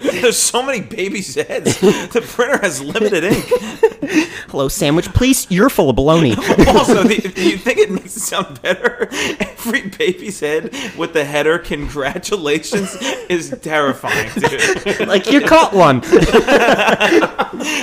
Speaker 5: There's so many babies' heads. The printer has limited ink.
Speaker 3: Hello, sandwich, please. You're full of baloney.
Speaker 5: Also, the, you think it makes it sound better? Every baby's head with the header "Congratulations" is terrifying, dude.
Speaker 3: like you caught one.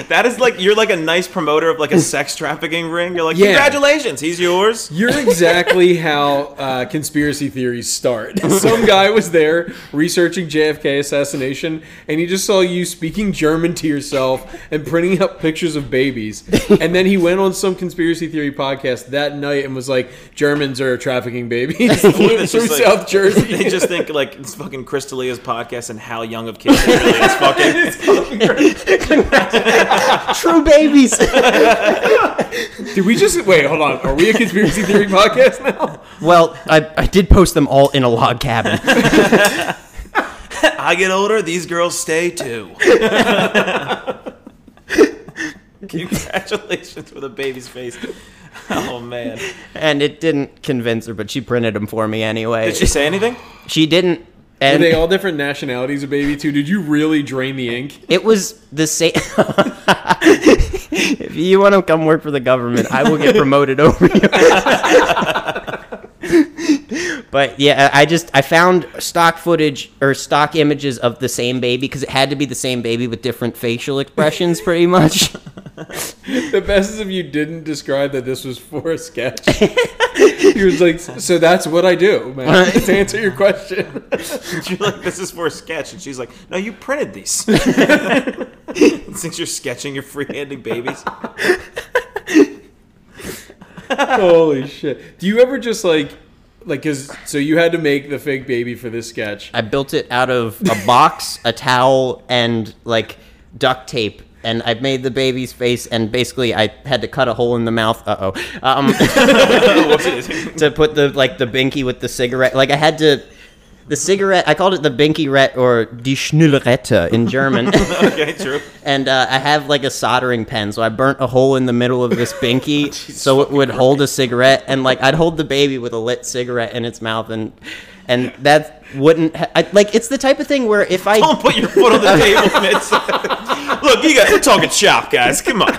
Speaker 5: That is like you're like a nice promoter of like a sex trafficking ring. You're like,
Speaker 4: Yeah.
Speaker 5: "Congratulations, he's yours."
Speaker 4: You're exactly how uh, conspiracy theories start. Some guy was there researching JFK assassination, and he just saw you speaking German to yourself and printing out pictures of babies. And then he went on some conspiracy theory podcast that night and was like, "Germans are trafficking babies through
Speaker 5: It's just like-
Speaker 4: South Jersey."
Speaker 5: They just think like it's fucking Chris D'Elia's podcast and how young of kids it really is fucking.
Speaker 3: True babies.
Speaker 4: Did we just wait? Hold on. Are we a conspiracy theory podcast now?
Speaker 3: well, I, I did post them all in a log cabin.
Speaker 5: I get older, these girls stay too. Congratulations with a baby's face. Oh man!
Speaker 3: And it didn't convince her, but she printed them for me anyway.
Speaker 5: Did she say anything?
Speaker 3: She didn't.
Speaker 4: Are
Speaker 3: And
Speaker 4: they all different nationalities of baby too? Did you really drain the ink?
Speaker 3: it was the same. if you want to come work for the government, I will get promoted over you. but yeah, I I just I found stock footage or stock images of the same baby because it had to be the same baby with different facial expressions, pretty much.
Speaker 4: The best is if you didn't describe that this was for a sketch. you was like, so that's what I do, man. To answer your question,
Speaker 5: You're like, this is for a sketch, and she's like, no, you printed these. Since you're sketching your freehanding babies,
Speaker 4: holy shit! Do you ever just like, like, cause so you had to make the fake baby for this sketch?
Speaker 3: I built it out of a box, a towel, and like duct tape and I made the baby's face and basically I had to cut a hole in the mouth. Uh oh. Um,
Speaker 5: Oh,
Speaker 3: to put the like the binky with the cigarette. Like I had to. The cigarette, I called it the binky ret or die Schnullerette in German.
Speaker 5: okay, true.
Speaker 3: and uh, I have like a soldering pen, so I burnt a hole in the middle of this binky, so it would hold a cigarette, and like I'd hold the baby with a lit cigarette in its mouth, and and that wouldn't ha- I, like it's the type of thing where if I
Speaker 5: Don't put your foot on the table, Mitch. Look, you guys, we're talking shop, guys. Come on,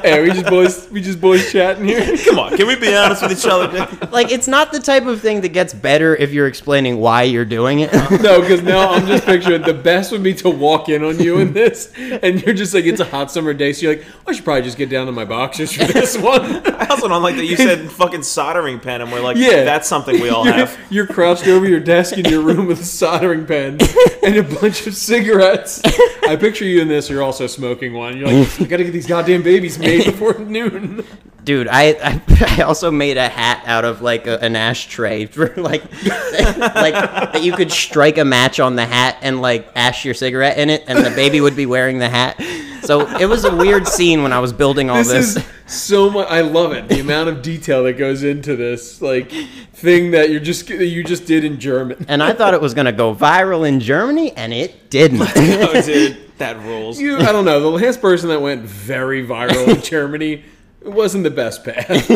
Speaker 4: Hey, we just boys, we just boys chatting here.
Speaker 5: come on. Can we be honest with each other?
Speaker 3: like it's not the type of thing that gets better if you're explaining why you're doing it.
Speaker 4: No, because now I'm just picturing the best would be to walk in on you in this, and you're just like, it's a hot summer day, so you're like, I should probably just get down to my boxers for this one.
Speaker 5: I also don't like that you said fucking soldering pen, and we're like,
Speaker 4: Yeah.
Speaker 5: that's something we all
Speaker 4: you're,
Speaker 5: have.
Speaker 4: You're crouched over your desk in your room with a soldering pen and a bunch of cigarettes. I picture you in this. You're also smoking one. You're like, I gotta get these goddamn babies made before noon.
Speaker 3: Dude, I, I I also made a hat out of like a, an ashtray for like like that you could strike a match on the hat and like ash your cigarette in it, and the baby would be wearing the hat. So it was a weird scene when I was building all
Speaker 4: This
Speaker 3: this.
Speaker 4: is so much. I love it. The amount of detail that goes into this, like thing that you're just that you just did in German.
Speaker 3: and I thought it was gonna go viral in Germany, and it didn't.
Speaker 5: Oh, dude, that rules.
Speaker 4: You, I don't know. The last person that went very viral in Germany. It wasn't the best path.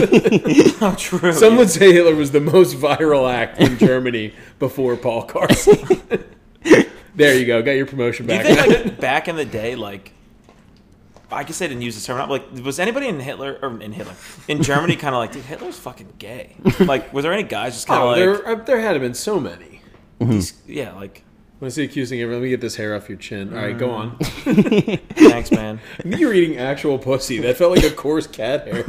Speaker 5: True.
Speaker 4: Some would say Hitler was the most viral act in Germany before Paul Carson. there you go. Got your promotion
Speaker 5: Do you
Speaker 4: back.
Speaker 5: think like back in the day, like I guess they didn't use this term. but, Like, was anybody in Hitler or in Hitler in Germany kind of like, dude, Hitler's fucking gay? Like, were there any guys just kind
Speaker 4: Oh,
Speaker 5: of like,
Speaker 4: there, uh, there had been so many.
Speaker 5: yeah, like,
Speaker 4: When I see accusing everyone, let me get this hair off your chin. All right, go on.
Speaker 5: Mm. thanks, man.
Speaker 4: You're eating actual pussy. That felt like a coarse cat hair.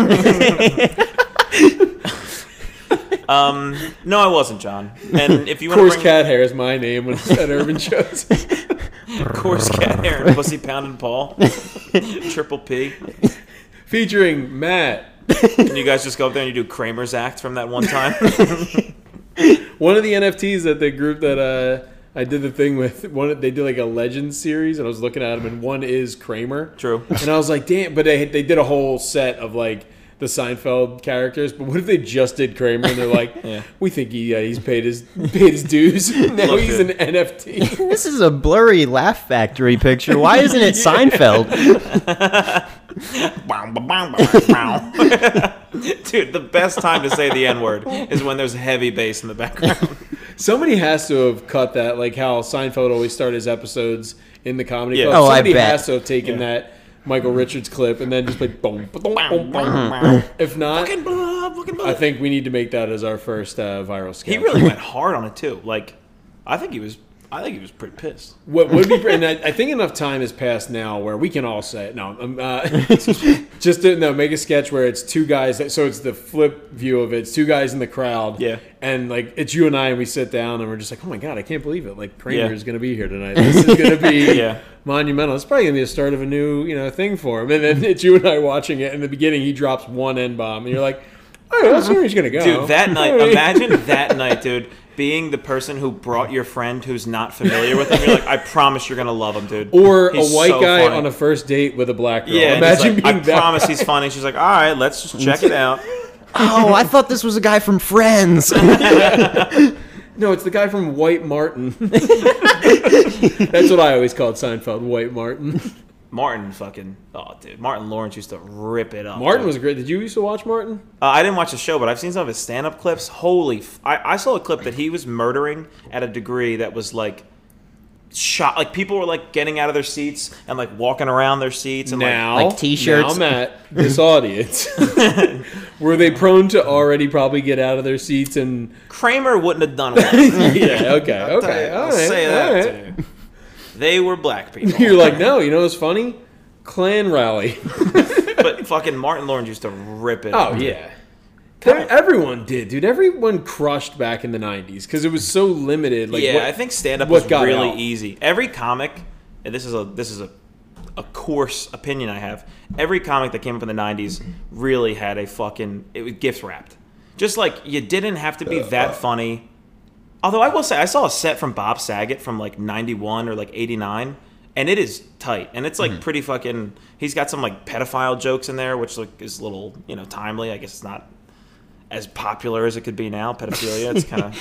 Speaker 5: Um, no, I wasn't, John. And if you want
Speaker 4: coarse
Speaker 5: to bring
Speaker 4: cat hair is my name when it's at urban shows.
Speaker 5: coarse cat hair and pussy pounding Paul, triple P,
Speaker 4: Featuring Matt.
Speaker 5: and you guys just go up there and you do Kramer's act from that one time.
Speaker 4: One of the NFTs that the group that uh, I did the thing with, one of- they did like a Legends series, and I was looking at them, and one is Kramer.
Speaker 5: True.
Speaker 4: And I was like, damn, but they, they did a whole set of like the Seinfeld characters. But what if they just did Kramer and they're like,
Speaker 5: Yeah.
Speaker 4: we think he uh, he's paid his paid his dues. now
Speaker 5: Look,
Speaker 4: he's
Speaker 5: dude.
Speaker 4: an NFT.
Speaker 3: this is a blurry Laugh Factory picture. Why isn't it Seinfeld?
Speaker 5: Dude, the best time to say the N word is when there's heavy bass in the background.
Speaker 4: Somebody has to have cut that, like how Seinfeld always started his episodes in the comedy
Speaker 5: Yeah.
Speaker 4: club.
Speaker 3: Oh, I
Speaker 4: Somebody
Speaker 3: bet.
Speaker 4: has to have taken that Michael Richards clip and then just played boom, boom, boom, boom. If not, I think we need to make that as our first uh, viral sketch.
Speaker 5: He really went hard on it too. Like, I think he was. I think he was pretty pissed.
Speaker 4: What would be, and I, I think enough time has passed now where we can all say it. No, um, uh, just to, no, make a sketch where it's two guys. That, so it's the flip view of it. It's two guys in the crowd.
Speaker 5: Yeah.
Speaker 4: and like it's you and I, and we sit down, and we're just like, oh my god, I can't believe it. Like Kramer
Speaker 5: Yeah.
Speaker 4: is going to be here tonight. This is going to be
Speaker 5: Yeah.
Speaker 4: monumental. It's probably going to be the start of a new you know thing for him. And then it's you and I watching it. In the beginning, he drops one n bomb, and you're like, oh, that's where he's going to go.
Speaker 5: Dude, that night,
Speaker 4: All right.
Speaker 5: imagine that night, dude, being the person who brought your friend who's not familiar with him. You're like, I promise you're gonna love him, dude.
Speaker 4: Or
Speaker 5: He's
Speaker 4: a white
Speaker 5: so
Speaker 4: guy
Speaker 5: funny.
Speaker 4: on a first date with a black girl.
Speaker 5: yeah. and he's
Speaker 4: Imagine
Speaker 5: like,
Speaker 4: being
Speaker 5: I
Speaker 4: that.
Speaker 5: promise he's funny. She's like, all right, let's just check it out.
Speaker 3: Oh, I thought this was a guy from Friends.
Speaker 4: No, it's the guy from White Martin. That's what I always called Seinfeld, White Martin.
Speaker 5: Martin, fucking, oh, dude, Martin Lawrence used to rip it up.
Speaker 4: Martin
Speaker 5: dude.
Speaker 4: was great. Did you used to watch Martin?
Speaker 5: Uh, I didn't watch the show, but I've seen some of his stand-up clips. Holy! F- I, I saw a clip that he was murdering at a degree that was like shot. Like people were like getting out of their seats and like walking around their seats and
Speaker 4: Now,
Speaker 3: Like t-shirts?
Speaker 4: Now, Matt, this audience, were they prone to already probably get out of their seats and?
Speaker 5: like Kramer wouldn't have done one.
Speaker 4: Yeah. Okay. Okay.
Speaker 5: I'll
Speaker 4: all right,
Speaker 5: say
Speaker 4: all
Speaker 5: that.
Speaker 4: right.
Speaker 5: Too. They were black people,
Speaker 4: You're like, no. You know what's funny? Klan rally.
Speaker 5: but fucking Martin Lawrence used to rip it.
Speaker 4: Oh
Speaker 5: up.
Speaker 4: yeah. There- everyone did, dude. Everyone crushed back in the '90s because it was so limited. Like,
Speaker 5: yeah.
Speaker 4: what-
Speaker 5: I think stand-up
Speaker 4: what
Speaker 5: was
Speaker 4: got
Speaker 5: really
Speaker 4: out?
Speaker 5: easy. Every comic, and this is a this is a a coarse opinion I have. Every comic that came up in the '90s really had a fucking it was gift wrapped. Just like you didn't have to
Speaker 4: Uh,
Speaker 5: be that funny. Although I will say, I saw a set from Bob Saget from like '91 or like '89, and it is tight, and it's like
Speaker 4: Mm-hmm.
Speaker 5: pretty fucking. He's got some like pedophile jokes in there, which like is a little you know timely. I guess it's not as popular as it could be now. Pedophilia, it's kind of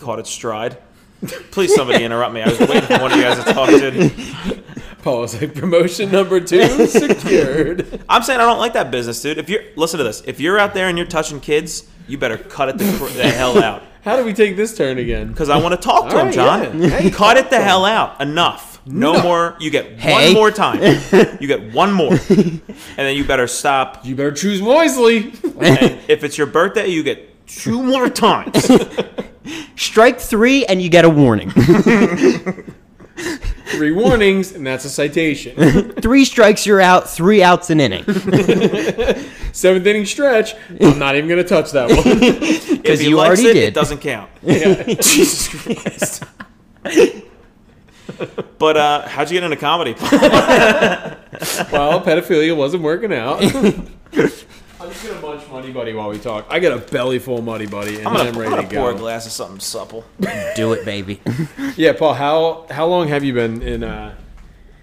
Speaker 5: caught its stride. Please, somebody interrupt me. I was waiting for one of you guys to talk to.
Speaker 4: Paul was like, promotion number two secured.
Speaker 5: I'm saying I don't like that business, dude. If you're listen to this, if you're out there and you're touching kids, you better cut it the, cr- the hell out
Speaker 4: How do we take this turn again?
Speaker 5: because I want to talk to
Speaker 4: All
Speaker 5: him,
Speaker 4: right,
Speaker 5: John.
Speaker 4: yeah. Hey,
Speaker 5: cut it the hell out. Enough. No,
Speaker 4: No.
Speaker 5: more. You get
Speaker 3: Hey.
Speaker 5: one more time. You get one more, and then you better stop.
Speaker 4: You better choose wisely.
Speaker 5: And if it's your birthday, you get two more times.
Speaker 3: Strike three, and you get a warning.
Speaker 4: Three warnings, and that's a citation.
Speaker 3: three strikes, you're out. Three outs an inning.
Speaker 4: Seventh inning stretch. I'm not even going to touch that one.
Speaker 5: If
Speaker 3: Because
Speaker 5: he
Speaker 3: you
Speaker 5: likes
Speaker 3: already
Speaker 5: it,
Speaker 3: did.
Speaker 5: it doesn't count. Jesus Christ. but uh, how'd you get into comedy?
Speaker 4: Well, pedophilia wasn't working out. I'm just going to munch Muddy Buddy while we talk. I got a belly full of Muddy Buddy, and I'm,
Speaker 5: I'm gonna, I'm
Speaker 4: ready
Speaker 5: gonna
Speaker 4: to
Speaker 5: pour
Speaker 4: go.
Speaker 5: a glass of something supple.
Speaker 3: Do it, baby.
Speaker 4: Yeah, Paul, how how long have you been in uh,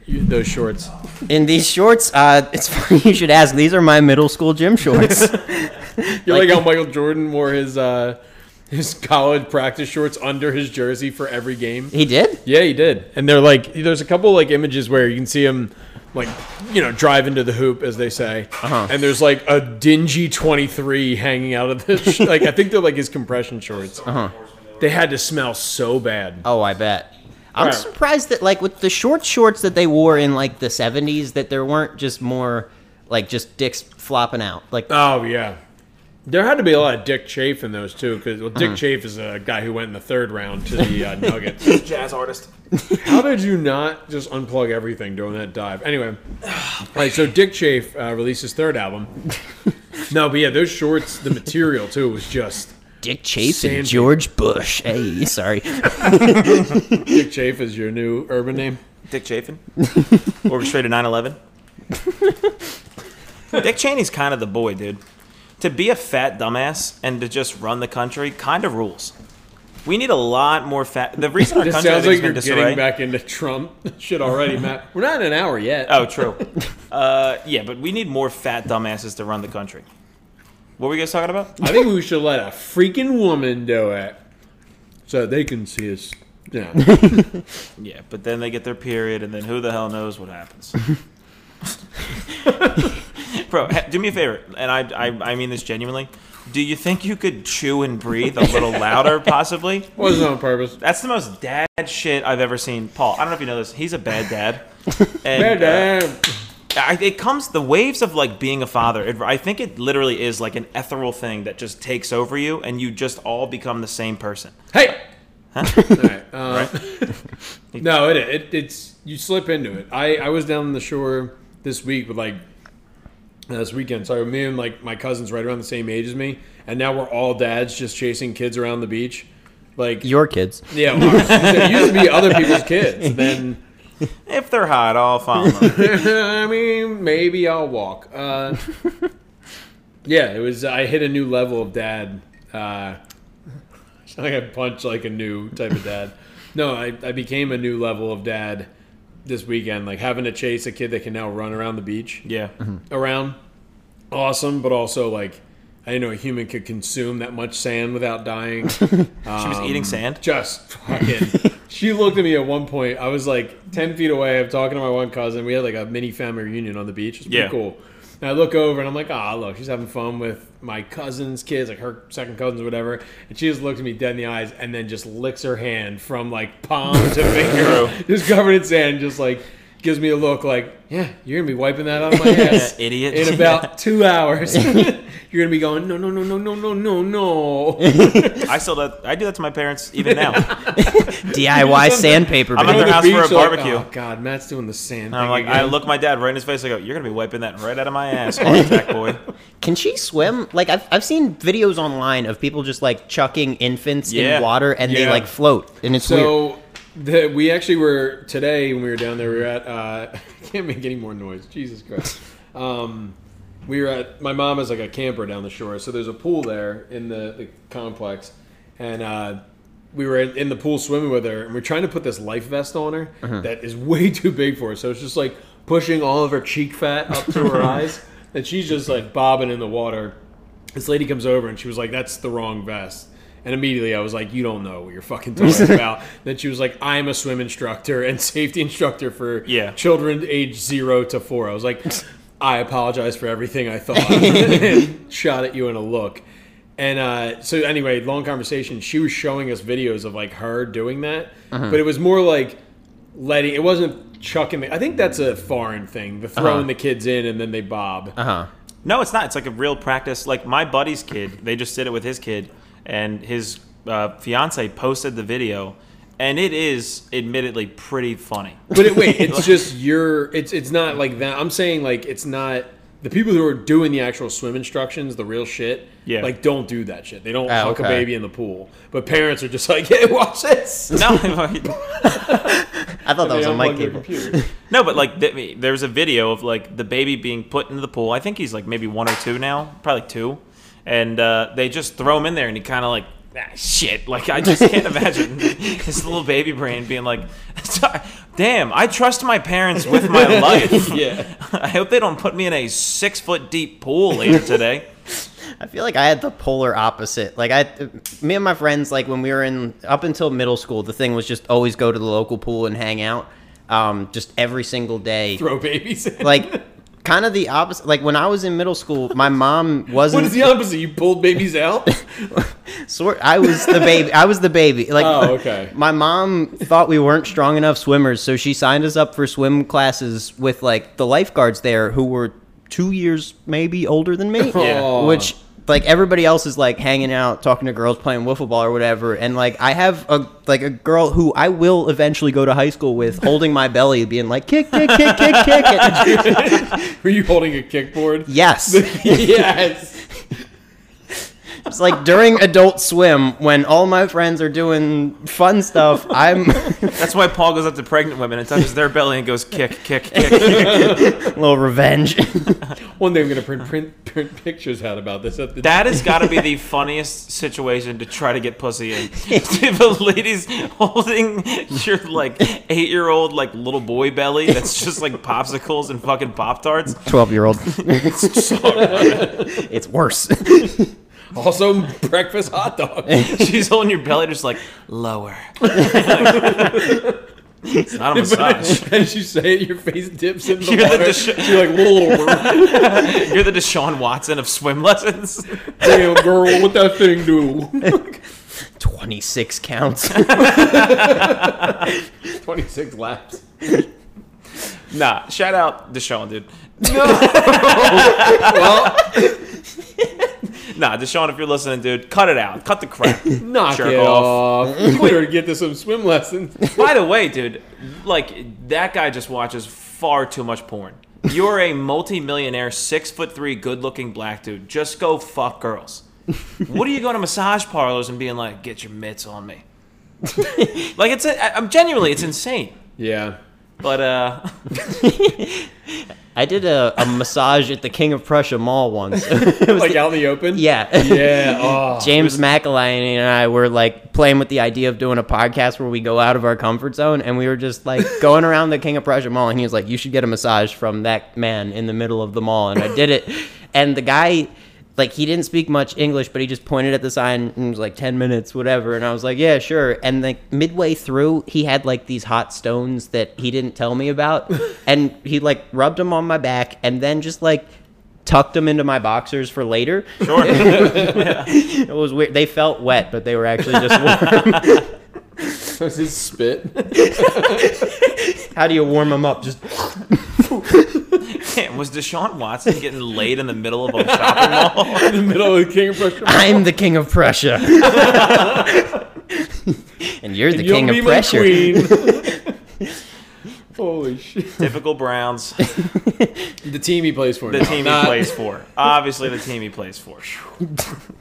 Speaker 4: you- those shorts?
Speaker 3: In these shorts, uh, it's funny you should ask. These are my middle school gym shorts.
Speaker 4: You're like,
Speaker 3: Like-
Speaker 4: how Michael Jordan wore his uh, his college practice shorts under his jersey for every game.
Speaker 3: he did?
Speaker 4: Yeah, he did. And they're like, there's a couple like images where you can see him like, you know, drive into the hoop as they say.
Speaker 3: Uh-huh.
Speaker 4: And there's like a dingy 23 hanging out of the sh- like I think they're like his compression shorts. Uh-huh. They had to smell so bad.
Speaker 3: Oh, I bet. I'm
Speaker 4: Right.
Speaker 3: surprised that like with the short shorts that they wore in like the 70s, that there weren't just more like just dicks flopping out. Like
Speaker 4: Oh yeah. There had to be a lot of Dick Chafe in those too, because well, Dick Chafe is a guy who went in the third round to the uh, Nuggets.
Speaker 5: Jazz artist.
Speaker 4: How did you not just unplug everything during that dive? Anyway, right. So Dick Chafe uh, released his third album. No, but yeah, those shorts, the material too was just
Speaker 3: Dick Chase
Speaker 4: Sandy.
Speaker 3: and George Bush. Hey, sorry.
Speaker 4: Dick Chafe is your new urban name.
Speaker 5: Dick Chafin? or we straight to 9 11? Dick Cheney's kind of the boy, dude. To be a fat dumbass and to just run the country kind of rules. We need a lot more fat. The reason our
Speaker 4: This
Speaker 5: country I
Speaker 4: sounds
Speaker 5: think,
Speaker 4: like you're
Speaker 5: has been disarray.
Speaker 4: getting back into Trump shit already, Matt. We're not in an hour yet.
Speaker 5: oh, true. Uh, yeah, but we need more fat dumbasses to run the country. What were you guys talking about?
Speaker 4: I think we should let a freaking woman do it, so they can see us. Yeah.
Speaker 5: Yeah, but then they get their period, and then who the hell knows what happens. Bro, ha- do me a favor, and I, I, I mean this genuinely. Do you think you could chew and breathe a little louder, possibly?
Speaker 4: Wasn't on purpose.
Speaker 5: That's the most dad shit I've ever seen. Paul, I don't know if you know this. He's a bad dad.
Speaker 4: Bad
Speaker 5: And,
Speaker 4: dad.
Speaker 5: uh, I, it comes the waves of like being a father. It, I think it literally is like an ethereal thing that just takes over you, and you just all become the same person.
Speaker 4: Hey. All right. Uh, no, it, it it's you slip into it. I I was down on the shore this week with like uh, this weekend. So me and like my cousins right around the same age as me, and now we're all dads just chasing kids around the beach. Like
Speaker 3: Your kids.
Speaker 4: yeah, ours. it used to be other people's kids. Then
Speaker 5: If they're hot, I'll follow them.
Speaker 4: I mean, maybe I'll walk. Uh, yeah, it was. I hit a new level of dad. Uh, like I punched like a new type of dad. No, I, I became a new level of dad this weekend. Like having to chase a kid that can now run around the beach
Speaker 5: yeah.
Speaker 4: around. Awesome, but also like I didn't know a human could consume that much sand without dying.
Speaker 5: She was
Speaker 4: Um,
Speaker 5: eating sand.
Speaker 4: just fucking. she looked at me at one point. I was like ten feet away. I'm talking to my one cousin. We had like a mini family reunion on the beach. It's pretty
Speaker 5: Yeah.
Speaker 4: cool. And I look over and I'm like, ah, look, she's having fun with my cousin's kids, like her second cousins or whatever. And she just looks at me dead in the eyes and then just licks her hand from like palm to
Speaker 5: True.
Speaker 4: finger, just covered in sand, just like gives me a look like, yeah, you're gonna be wiping that out of my ass,
Speaker 5: idiot.
Speaker 4: in about two hours. you're gonna be going, no, no, no, no, no, no, no, no.
Speaker 5: I still do, I do that to my parents even now.
Speaker 3: DIY sandpaper.
Speaker 5: I'm
Speaker 3: baby.
Speaker 5: at their house for a
Speaker 4: Beach, like,
Speaker 5: barbecue.
Speaker 4: oh God, Matt's doing the sand.
Speaker 5: And I'm
Speaker 4: thing
Speaker 5: like, I
Speaker 4: again.
Speaker 5: look my dad right in his face. I go, "You're gonna be wiping that right out of my ass, heart attack boy."
Speaker 3: Can she swim? Like I've, I've seen videos online of people just like chucking infants
Speaker 5: Yeah.
Speaker 3: in water and they
Speaker 4: Yeah.
Speaker 3: like float and it's weird.
Speaker 4: So the, we actually were today when we were down there. We were at. Uh, I can't make any more noise. Jesus Christ. Um, we were at. My mom is like a camper down the shore, so there's a pool there in the, the complex, and uh, we were in the pool swimming with her, and we're trying to put this life vest on her
Speaker 5: Uh-huh.
Speaker 4: that is way too big for her. So it's just like pushing all of her cheek fat up to her eyes, and she's just like bobbing in the water. This lady comes over, and she was like, "That's the wrong vest." And immediately I was like, "You don't know what you're fucking talking about." Then she was like, "I'm a swim instructor and safety instructor for
Speaker 5: Yeah.
Speaker 4: children age zero to four. I was like, "I apologize for everything I thought," and shot at you in a look. And uh, so, anyway, long conversation. She was showing us videos of like her doing that, but it was more like letting. It wasn't chucking. The, I think that's a foreign thing. The throwing the kids in and then they bob.
Speaker 3: Uh-huh.
Speaker 5: No, it's not. It's like a real practice. Like my buddy's kid, they just did it with his kid, and his uh, fiance posted the video, and it is admittedly pretty funny.
Speaker 4: But it, wait, it's just your. It's it's not like that. I'm saying like it's not the people who are doing the actual swim instructions, the real shit.
Speaker 5: Yeah.
Speaker 4: Like don't do that shit. They don't
Speaker 3: Oh,
Speaker 4: fuck a
Speaker 3: okay.
Speaker 4: baby in the pool. But parents are just like, hey, watch this.
Speaker 5: No,
Speaker 3: I thought that was
Speaker 4: They
Speaker 3: a mic
Speaker 4: unplug their
Speaker 3: cable.
Speaker 4: computer.
Speaker 5: no, but like th- there was a video of like the baby being put into the pool. I think he's like maybe one or two now, probably two, and uh, they just throw him in there, and he kind of like. Ah, shit! Like I just can't imagine his little baby brain being like, "Damn, I trust my parents with my life."
Speaker 4: yeah.
Speaker 5: I hope they don't put me in a six foot deep pool later today.
Speaker 3: I feel like I had the polar opposite. Like I, me and my friends, like when we were in up until middle school, the thing was just always go to the local pool and hang out, um, just every single day.
Speaker 4: Throw babies. In.
Speaker 3: Like, kind of the opposite. Like when I was in middle school, my mom wasn't.
Speaker 4: What is the opposite? You pulled babies out?
Speaker 3: Sort. I was the baby. I was the baby. Like,
Speaker 4: Oh, okay.
Speaker 3: My mom thought we weren't strong enough swimmers, so she signed us up for swim classes with like the lifeguards there, who were two years maybe older than me.
Speaker 4: Aw.
Speaker 3: Which like everybody else is like hanging out, talking to girls, playing wiffle ball or whatever, and like I have a like a girl who I will eventually go to high school with, holding my belly, being like kick, kick, kick, kick, kick. And-
Speaker 4: Were you holding a kickboard?
Speaker 3: yes.
Speaker 4: yes.
Speaker 3: It's like during adult swim when all my friends are doing fun stuff, I'm
Speaker 5: That's why Paul goes up to pregnant women and touches their belly and goes kick, kick, kick, kick.
Speaker 3: little revenge.
Speaker 4: One day I'm gonna print print, print pictures out about this. At the
Speaker 5: That has got to be the funniest situation to try to get pussy in. if a lady's holding your like eight year old like little boy belly that's just like popsicles and fucking pop tarts.
Speaker 3: Twelve year old. it's worse.
Speaker 4: also breakfast hot dog.
Speaker 5: She's holding your belly just like lower. it's not a massage.
Speaker 4: As you say it, your face dips in the
Speaker 5: You're the
Speaker 4: water.
Speaker 5: dis-
Speaker 4: You're like, little
Speaker 5: You're the Deshaun Watson of swim lessons.
Speaker 4: damn girl, what that thing do?
Speaker 3: Twenty six counts.
Speaker 4: Twenty six laps.
Speaker 5: Nah, shout out Deshaun, dude. No. nah, Deshaun, if you're listening, dude, cut it out. Cut the crap.
Speaker 4: Knock
Speaker 5: Jerk
Speaker 4: it
Speaker 5: off.
Speaker 4: off. You better get to some swim lessons.
Speaker 5: By the way, dude, like that guy just watches far too much porn. You're a multi-millionaire, six foot three, good-looking black dude. Just go fuck girls. What are you going to massage parlors and being like, get your mitts on me? like it's, a, I'm genuinely, it's insane.
Speaker 4: Yeah.
Speaker 5: But uh,
Speaker 3: I did a, a massage at the King of Prussia Mall once.
Speaker 4: Like out in the open.
Speaker 3: yeah.
Speaker 4: Yeah. Oh.
Speaker 3: James McElhinney and I were like playing with the idea of doing a podcast where we go out of our comfort zone, and we were just like going around the King of Prussia Mall, and he was like, "You should get a massage from that man in the middle of the mall," and I did it, and the guy. Like he didn't speak much English, but he just pointed at the sign and was like ten minutes, whatever. And I was like, yeah, sure. And like midway through, he had like these hot stones that he didn't tell me about, and he like rubbed them on my back, and then just like tucked them into my boxers for later. It was weird. They felt wet, but they were actually just warm.
Speaker 4: Does his spit?
Speaker 3: How do you warm them up? Just
Speaker 5: man, was Deshaun Watson getting laid in the middle of a shopping mall?
Speaker 4: In the middle of the King of Prussia.
Speaker 3: I'm the king of Prussia. and you're the
Speaker 4: You'll
Speaker 3: king
Speaker 4: be
Speaker 3: of
Speaker 4: my
Speaker 3: pressure.
Speaker 4: queen. Holy shit.
Speaker 5: Typical Browns.
Speaker 4: The team he plays for.
Speaker 5: The
Speaker 4: No,
Speaker 5: team he
Speaker 4: not-
Speaker 5: plays for. Obviously, the team he plays for.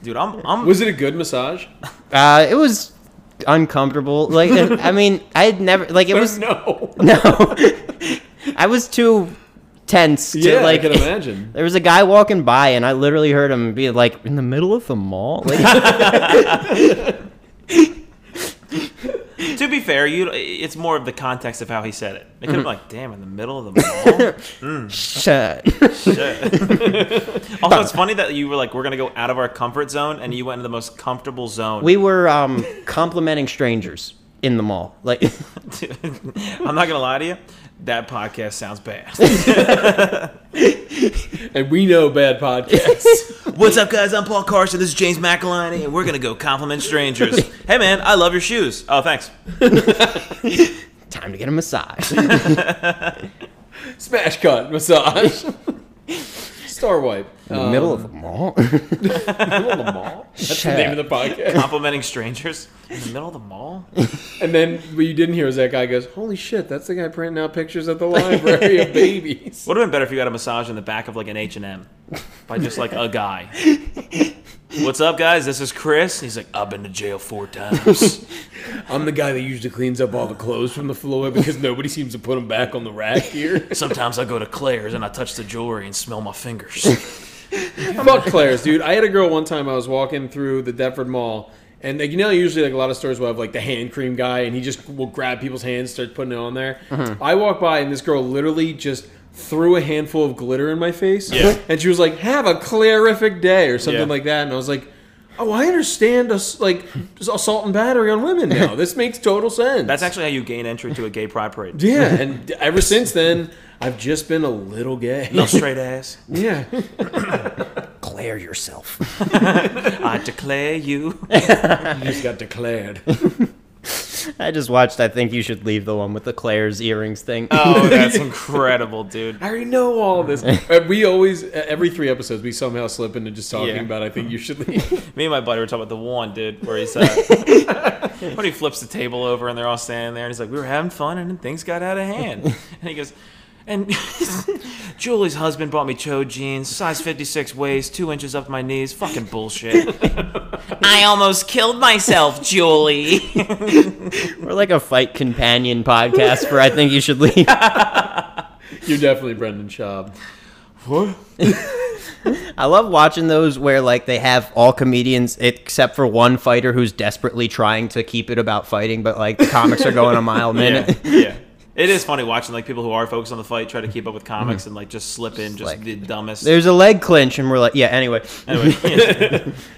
Speaker 5: Dude, I'm. I'm
Speaker 4: Was it a good massage?
Speaker 3: Uh, it was uncomfortable. Like I mean, I had never like it was
Speaker 4: no.
Speaker 3: no. I was too tense to
Speaker 4: Yeah,
Speaker 3: like
Speaker 4: I can imagine.
Speaker 3: There was a guy walking by, and I literally heard him be like, "In the middle of the mall." Like,
Speaker 5: to be fair, you it's more of the context of how he said it. It could have been like, damn, in the middle of the mall.
Speaker 3: Shut.
Speaker 5: also, it's funny that you were like, we're gonna go out of our comfort zone, and you went into the most comfortable zone.
Speaker 3: We were um, complimenting strangers in the mall. Like,
Speaker 5: I'm not gonna lie to you. That podcast sounds bad.
Speaker 4: and we know bad podcasts.
Speaker 5: What's up, guys? I'm Paul Carson. This is James McElhinney, and we're gonna go compliment strangers. hey, man, I love your shoes. Oh, thanks.
Speaker 3: time to get a massage.
Speaker 4: Smash cut massage. Star wipe.
Speaker 3: In the middle of the mall.
Speaker 4: middle of the mall. That's the
Speaker 3: Shut.
Speaker 4: name of the podcast.
Speaker 5: Complimenting strangers in the middle of the mall.
Speaker 4: And then what you didn't hear is that guy goes, "Holy shit, that's the guy printing out pictures at the library of babies."
Speaker 5: Would have been better if you got a massage in the back of like an H and M by just like a guy. What's up, guys? This is Chris. He's like, I've been to jail four times.
Speaker 4: I'm the guy that usually cleans up all the clothes from the floor because nobody seems to put them back on the rack here.
Speaker 5: Sometimes I go to Claire's and I touch the jewelry and smell my fingers.
Speaker 4: Fuck Claire's, dude. I had a girl one time. I was walking through the Deptford Mall, and like, you know, usually like a lot of stores will have like the hand cream guy, and he just will grab people's hands, start putting it on there. I walked by, and this girl literally just threw a handful of glitter in my face,
Speaker 5: Yeah.
Speaker 4: and she was like, "Have a clarific day" or something
Speaker 5: Yeah.
Speaker 4: like that, and I was like. Oh, I understand. Us like assault and battery on women now. This makes total sense.
Speaker 5: That's actually how you gain entry to a gay pride parade.
Speaker 4: yeah. And ever since then, I've just been a little gay.
Speaker 5: No straight ass.
Speaker 4: Yeah,
Speaker 3: Declare yourself.
Speaker 5: I declare you.
Speaker 4: I just got declared.
Speaker 3: I just watched. I think you should leave the one with the Claire's earrings thing.
Speaker 5: Oh, that's incredible, dude.
Speaker 4: I already know all this. Uh, we always, uh, every three episodes, we somehow slip into just talking
Speaker 3: Yeah.
Speaker 4: about. I think you should leave.
Speaker 5: Me and my buddy were talking about the one, dude, where he's uh, when he flips the table over and they're all standing there, and he's like, "We were having fun, and then things got out of hand." And he goes, "And Julie's husband bought me Cho jeans, size 56 waist, two inches up my knees. Fucking bullshit." I almost killed myself, Julie.
Speaker 3: We're like a fight companion podcast for I think you should leave.
Speaker 4: You're definitely Brendan Schaub.
Speaker 5: What?
Speaker 3: I love watching those where like they have all comedians except for one fighter who's desperately trying to keep it about fighting, but like the comics are going a mile a
Speaker 5: Yeah,
Speaker 3: minute.
Speaker 5: yeah. It is funny watching like people who are focused on the fight try to keep up with comics and like just slip in Mm-hmm. just
Speaker 3: like-
Speaker 5: the dumbest.
Speaker 3: There's a leg clinch, and we're like, yeah. Anyway,
Speaker 5: Anyway,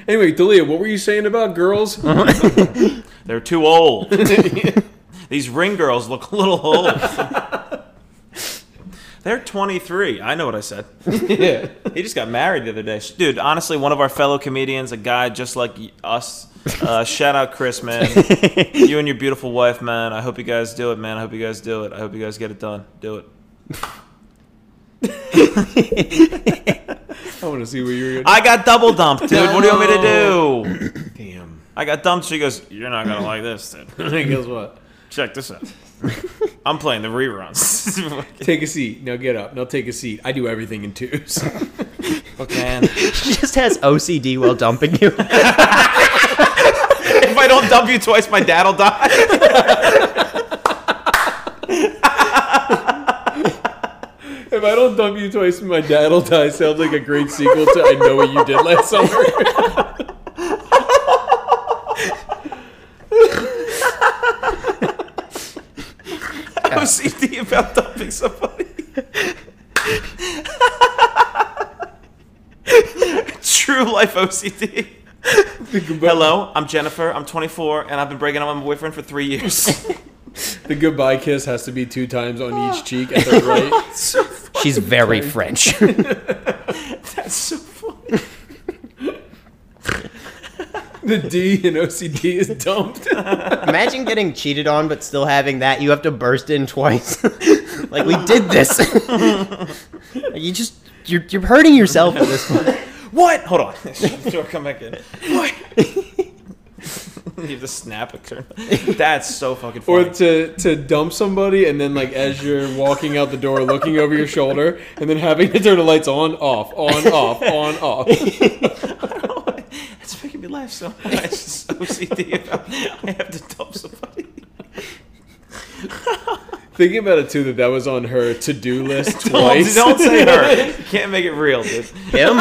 Speaker 4: Anyway, Dalia, what were you saying about girls?
Speaker 5: they're too old. These ring girls look a little old. They're 23. I know what I said.
Speaker 4: yeah.
Speaker 5: He just got married the other day. Dude, honestly, one of our fellow comedians, a guy just like y- us. Uh, shout out Chris, man. you and your beautiful wife, man. I hope you guys do it, man. I hope you guys do it. I hope you guys get it done. Do it.
Speaker 4: I want to see where you're going.
Speaker 5: I got double dumped, dude. What do you want me to do?
Speaker 4: Damn.
Speaker 5: I got dumped. She goes, You're not going to like this, dude.
Speaker 4: Guess what?
Speaker 5: Check this out. I'm playing the reruns.
Speaker 4: Take a seat. Now get up. Now take a seat. I do everything in twos.
Speaker 5: Man. if
Speaker 3: she just has OCD while dumping you.
Speaker 5: I don't dump you twice, my dad'll die.
Speaker 4: if I don't dump you twice, my dad'll die. Sounds like a great sequel to I Know What You Did Last Summer.
Speaker 5: OCD about dumping somebody. True life OCD. Hello, I'm Jennifer. I'm 24, and I've been breaking up with my boyfriend for three years.
Speaker 4: the goodbye kiss has to be two times on each cheek at the right.
Speaker 5: so
Speaker 3: She's very French.
Speaker 5: that's so funny.
Speaker 4: The D in OCD is dumped.
Speaker 3: Imagine getting cheated on but still having that. You have to burst in twice. like we did this. you just you're, you're hurting yourself at this point.
Speaker 5: What? Hold on. Door, come back in. What? you have to snap it. turn. That's so fucking
Speaker 4: Or
Speaker 5: funny.
Speaker 4: to, to dump somebody and then like as you're walking out the door looking over your shoulder and then having to turn the lights on, off, on, off, on, off.
Speaker 5: It's making me laugh so much. It's OCD about I have to dump somebody.
Speaker 4: Thinking about it too, that that was on her to do list
Speaker 5: Don't,
Speaker 4: twice.
Speaker 5: don't say her. Can't make it real, dude.
Speaker 3: Him?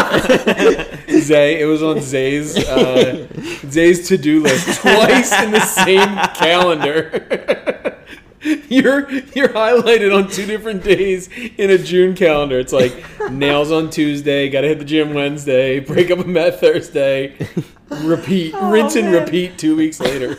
Speaker 4: Zay. It was on Zay's uh, Zay's to do list twice in the same calendar. you're you're highlighted on two different days in a June calendar. It's like nails on Tuesday, gotta hit the gym Wednesday, break up with Matt Thursday, repeat,
Speaker 5: Oh,
Speaker 4: rinse and repeat two weeks later.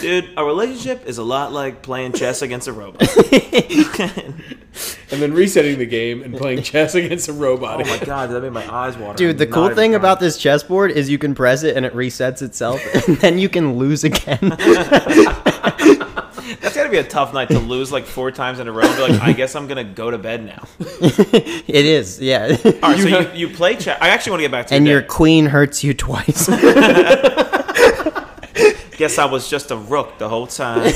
Speaker 5: Dude, a relationship is a lot like playing chess against a robot.
Speaker 4: And then resetting the game and playing chess against a robot.
Speaker 5: Oh my god, that made my eyes water.
Speaker 3: Dude, the
Speaker 5: I'm
Speaker 3: cool
Speaker 5: not
Speaker 3: thing
Speaker 5: even
Speaker 3: about this chessboard is you can press it and it resets itself, and then you can lose again.
Speaker 5: trying. That's gotta be a tough night to lose like four times in a row. and Be like, I guess I'm gonna go to bed now.
Speaker 3: it is, yeah.
Speaker 5: All right, so you, you play chess. I actually want to get back to
Speaker 3: and
Speaker 5: that.
Speaker 3: your queen hurts you twice.
Speaker 5: Oh, Guess I was just a rook the whole time.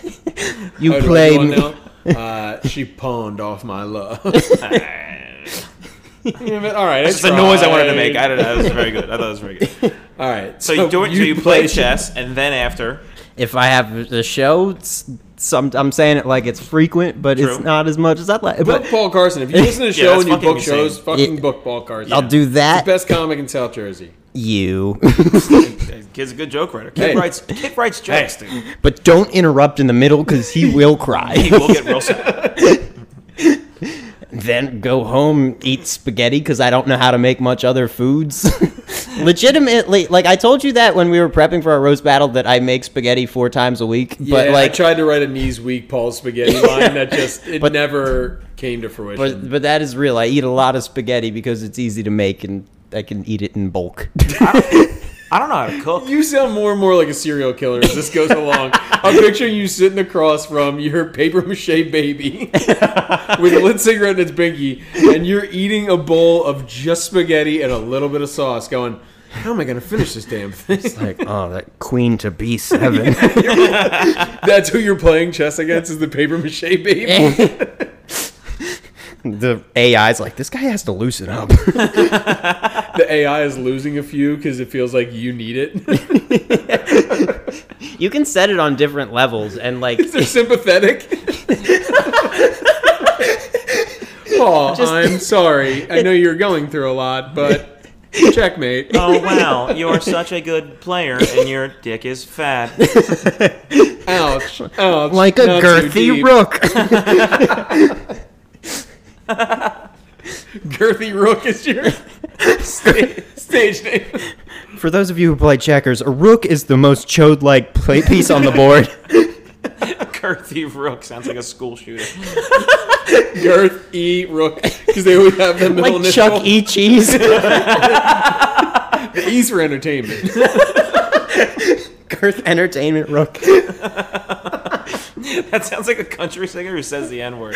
Speaker 3: You
Speaker 4: Oh, do I
Speaker 3: played
Speaker 4: do one
Speaker 3: me.
Speaker 4: now? Uh, she pawned off my love. Damn it. All right,
Speaker 5: It's the noise I wanted to make. I don't know. That was very good. I thought it was very good.
Speaker 4: All right,
Speaker 5: So you do it. So you play chess, and then after,
Speaker 3: If I have the show, it's- some I'm saying it like it's frequent, but it's
Speaker 5: True.
Speaker 3: not as much as I'd like.
Speaker 4: Book
Speaker 3: But
Speaker 4: Paul Carson. If you listen to the
Speaker 5: Yeah,
Speaker 4: show
Speaker 5: that's
Speaker 4: and you
Speaker 5: fucking
Speaker 4: book shows,
Speaker 5: insane.
Speaker 4: fucking
Speaker 3: Yeah.
Speaker 4: book Paul Carson.
Speaker 3: I'll do that.
Speaker 4: Best comic in South Jersey.
Speaker 3: You,
Speaker 5: kid's a good joke writer. Kid
Speaker 4: Hey.
Speaker 5: writes. Kid writes jokes. Dude.
Speaker 3: but don't interrupt in the middle because he will
Speaker 5: He
Speaker 3: cry.
Speaker 5: will get real sick.
Speaker 3: then go home, eat spaghetti because I don't know how to make much other foods. Legitimately, like I told you that when we were prepping for our roast battle, that I make spaghetti four times a week.
Speaker 4: Yeah,
Speaker 3: but
Speaker 4: I
Speaker 3: like,
Speaker 4: tried to write a knees weak Paul spaghetti line that just it never came to fruition.
Speaker 3: but but that is real. I eat a lot of spaghetti because it's easy to make and I can eat it in bulk.
Speaker 5: I don't know how to cook.
Speaker 4: you sound more and more like a serial killer as this goes along. I'm picturing you sitting across from your paper mache baby with a lit cigarette in its binky, and you're eating a bowl of just spaghetti and a little bit of sauce, going, How am I going to finish this damn thing?
Speaker 3: like, oh, that queen to b seven.
Speaker 4: That's who you're playing chess against is the paper mache baby.
Speaker 3: the AI's like, this guy has to loosen up.
Speaker 4: The AI is losing a few because it feels like you need it.
Speaker 3: you can set it on different levels, and like,
Speaker 4: They're sympathetic. Paul, I'm sorry. I know you're going through a lot, but checkmate.
Speaker 3: Uh,
Speaker 5: Oh wow, you're such a good player, and your dick is fat.
Speaker 4: Ouch. Ouch.
Speaker 3: like a
Speaker 4: Not too
Speaker 3: girthy
Speaker 4: deep.
Speaker 3: rook.
Speaker 4: Girthy Rook is your sta- stage name.
Speaker 3: For those of you who play checkers, a rook is the most chode-like play piece on the board.
Speaker 5: Girthy rook sounds like a school shooter.
Speaker 4: Girth E Rook. Because they always have the middle
Speaker 3: like
Speaker 4: initial.
Speaker 3: Chuck E. Cheese,
Speaker 4: The E's for entertainment.
Speaker 3: girth entertainment rook.
Speaker 5: That sounds like a country singer who says the N word.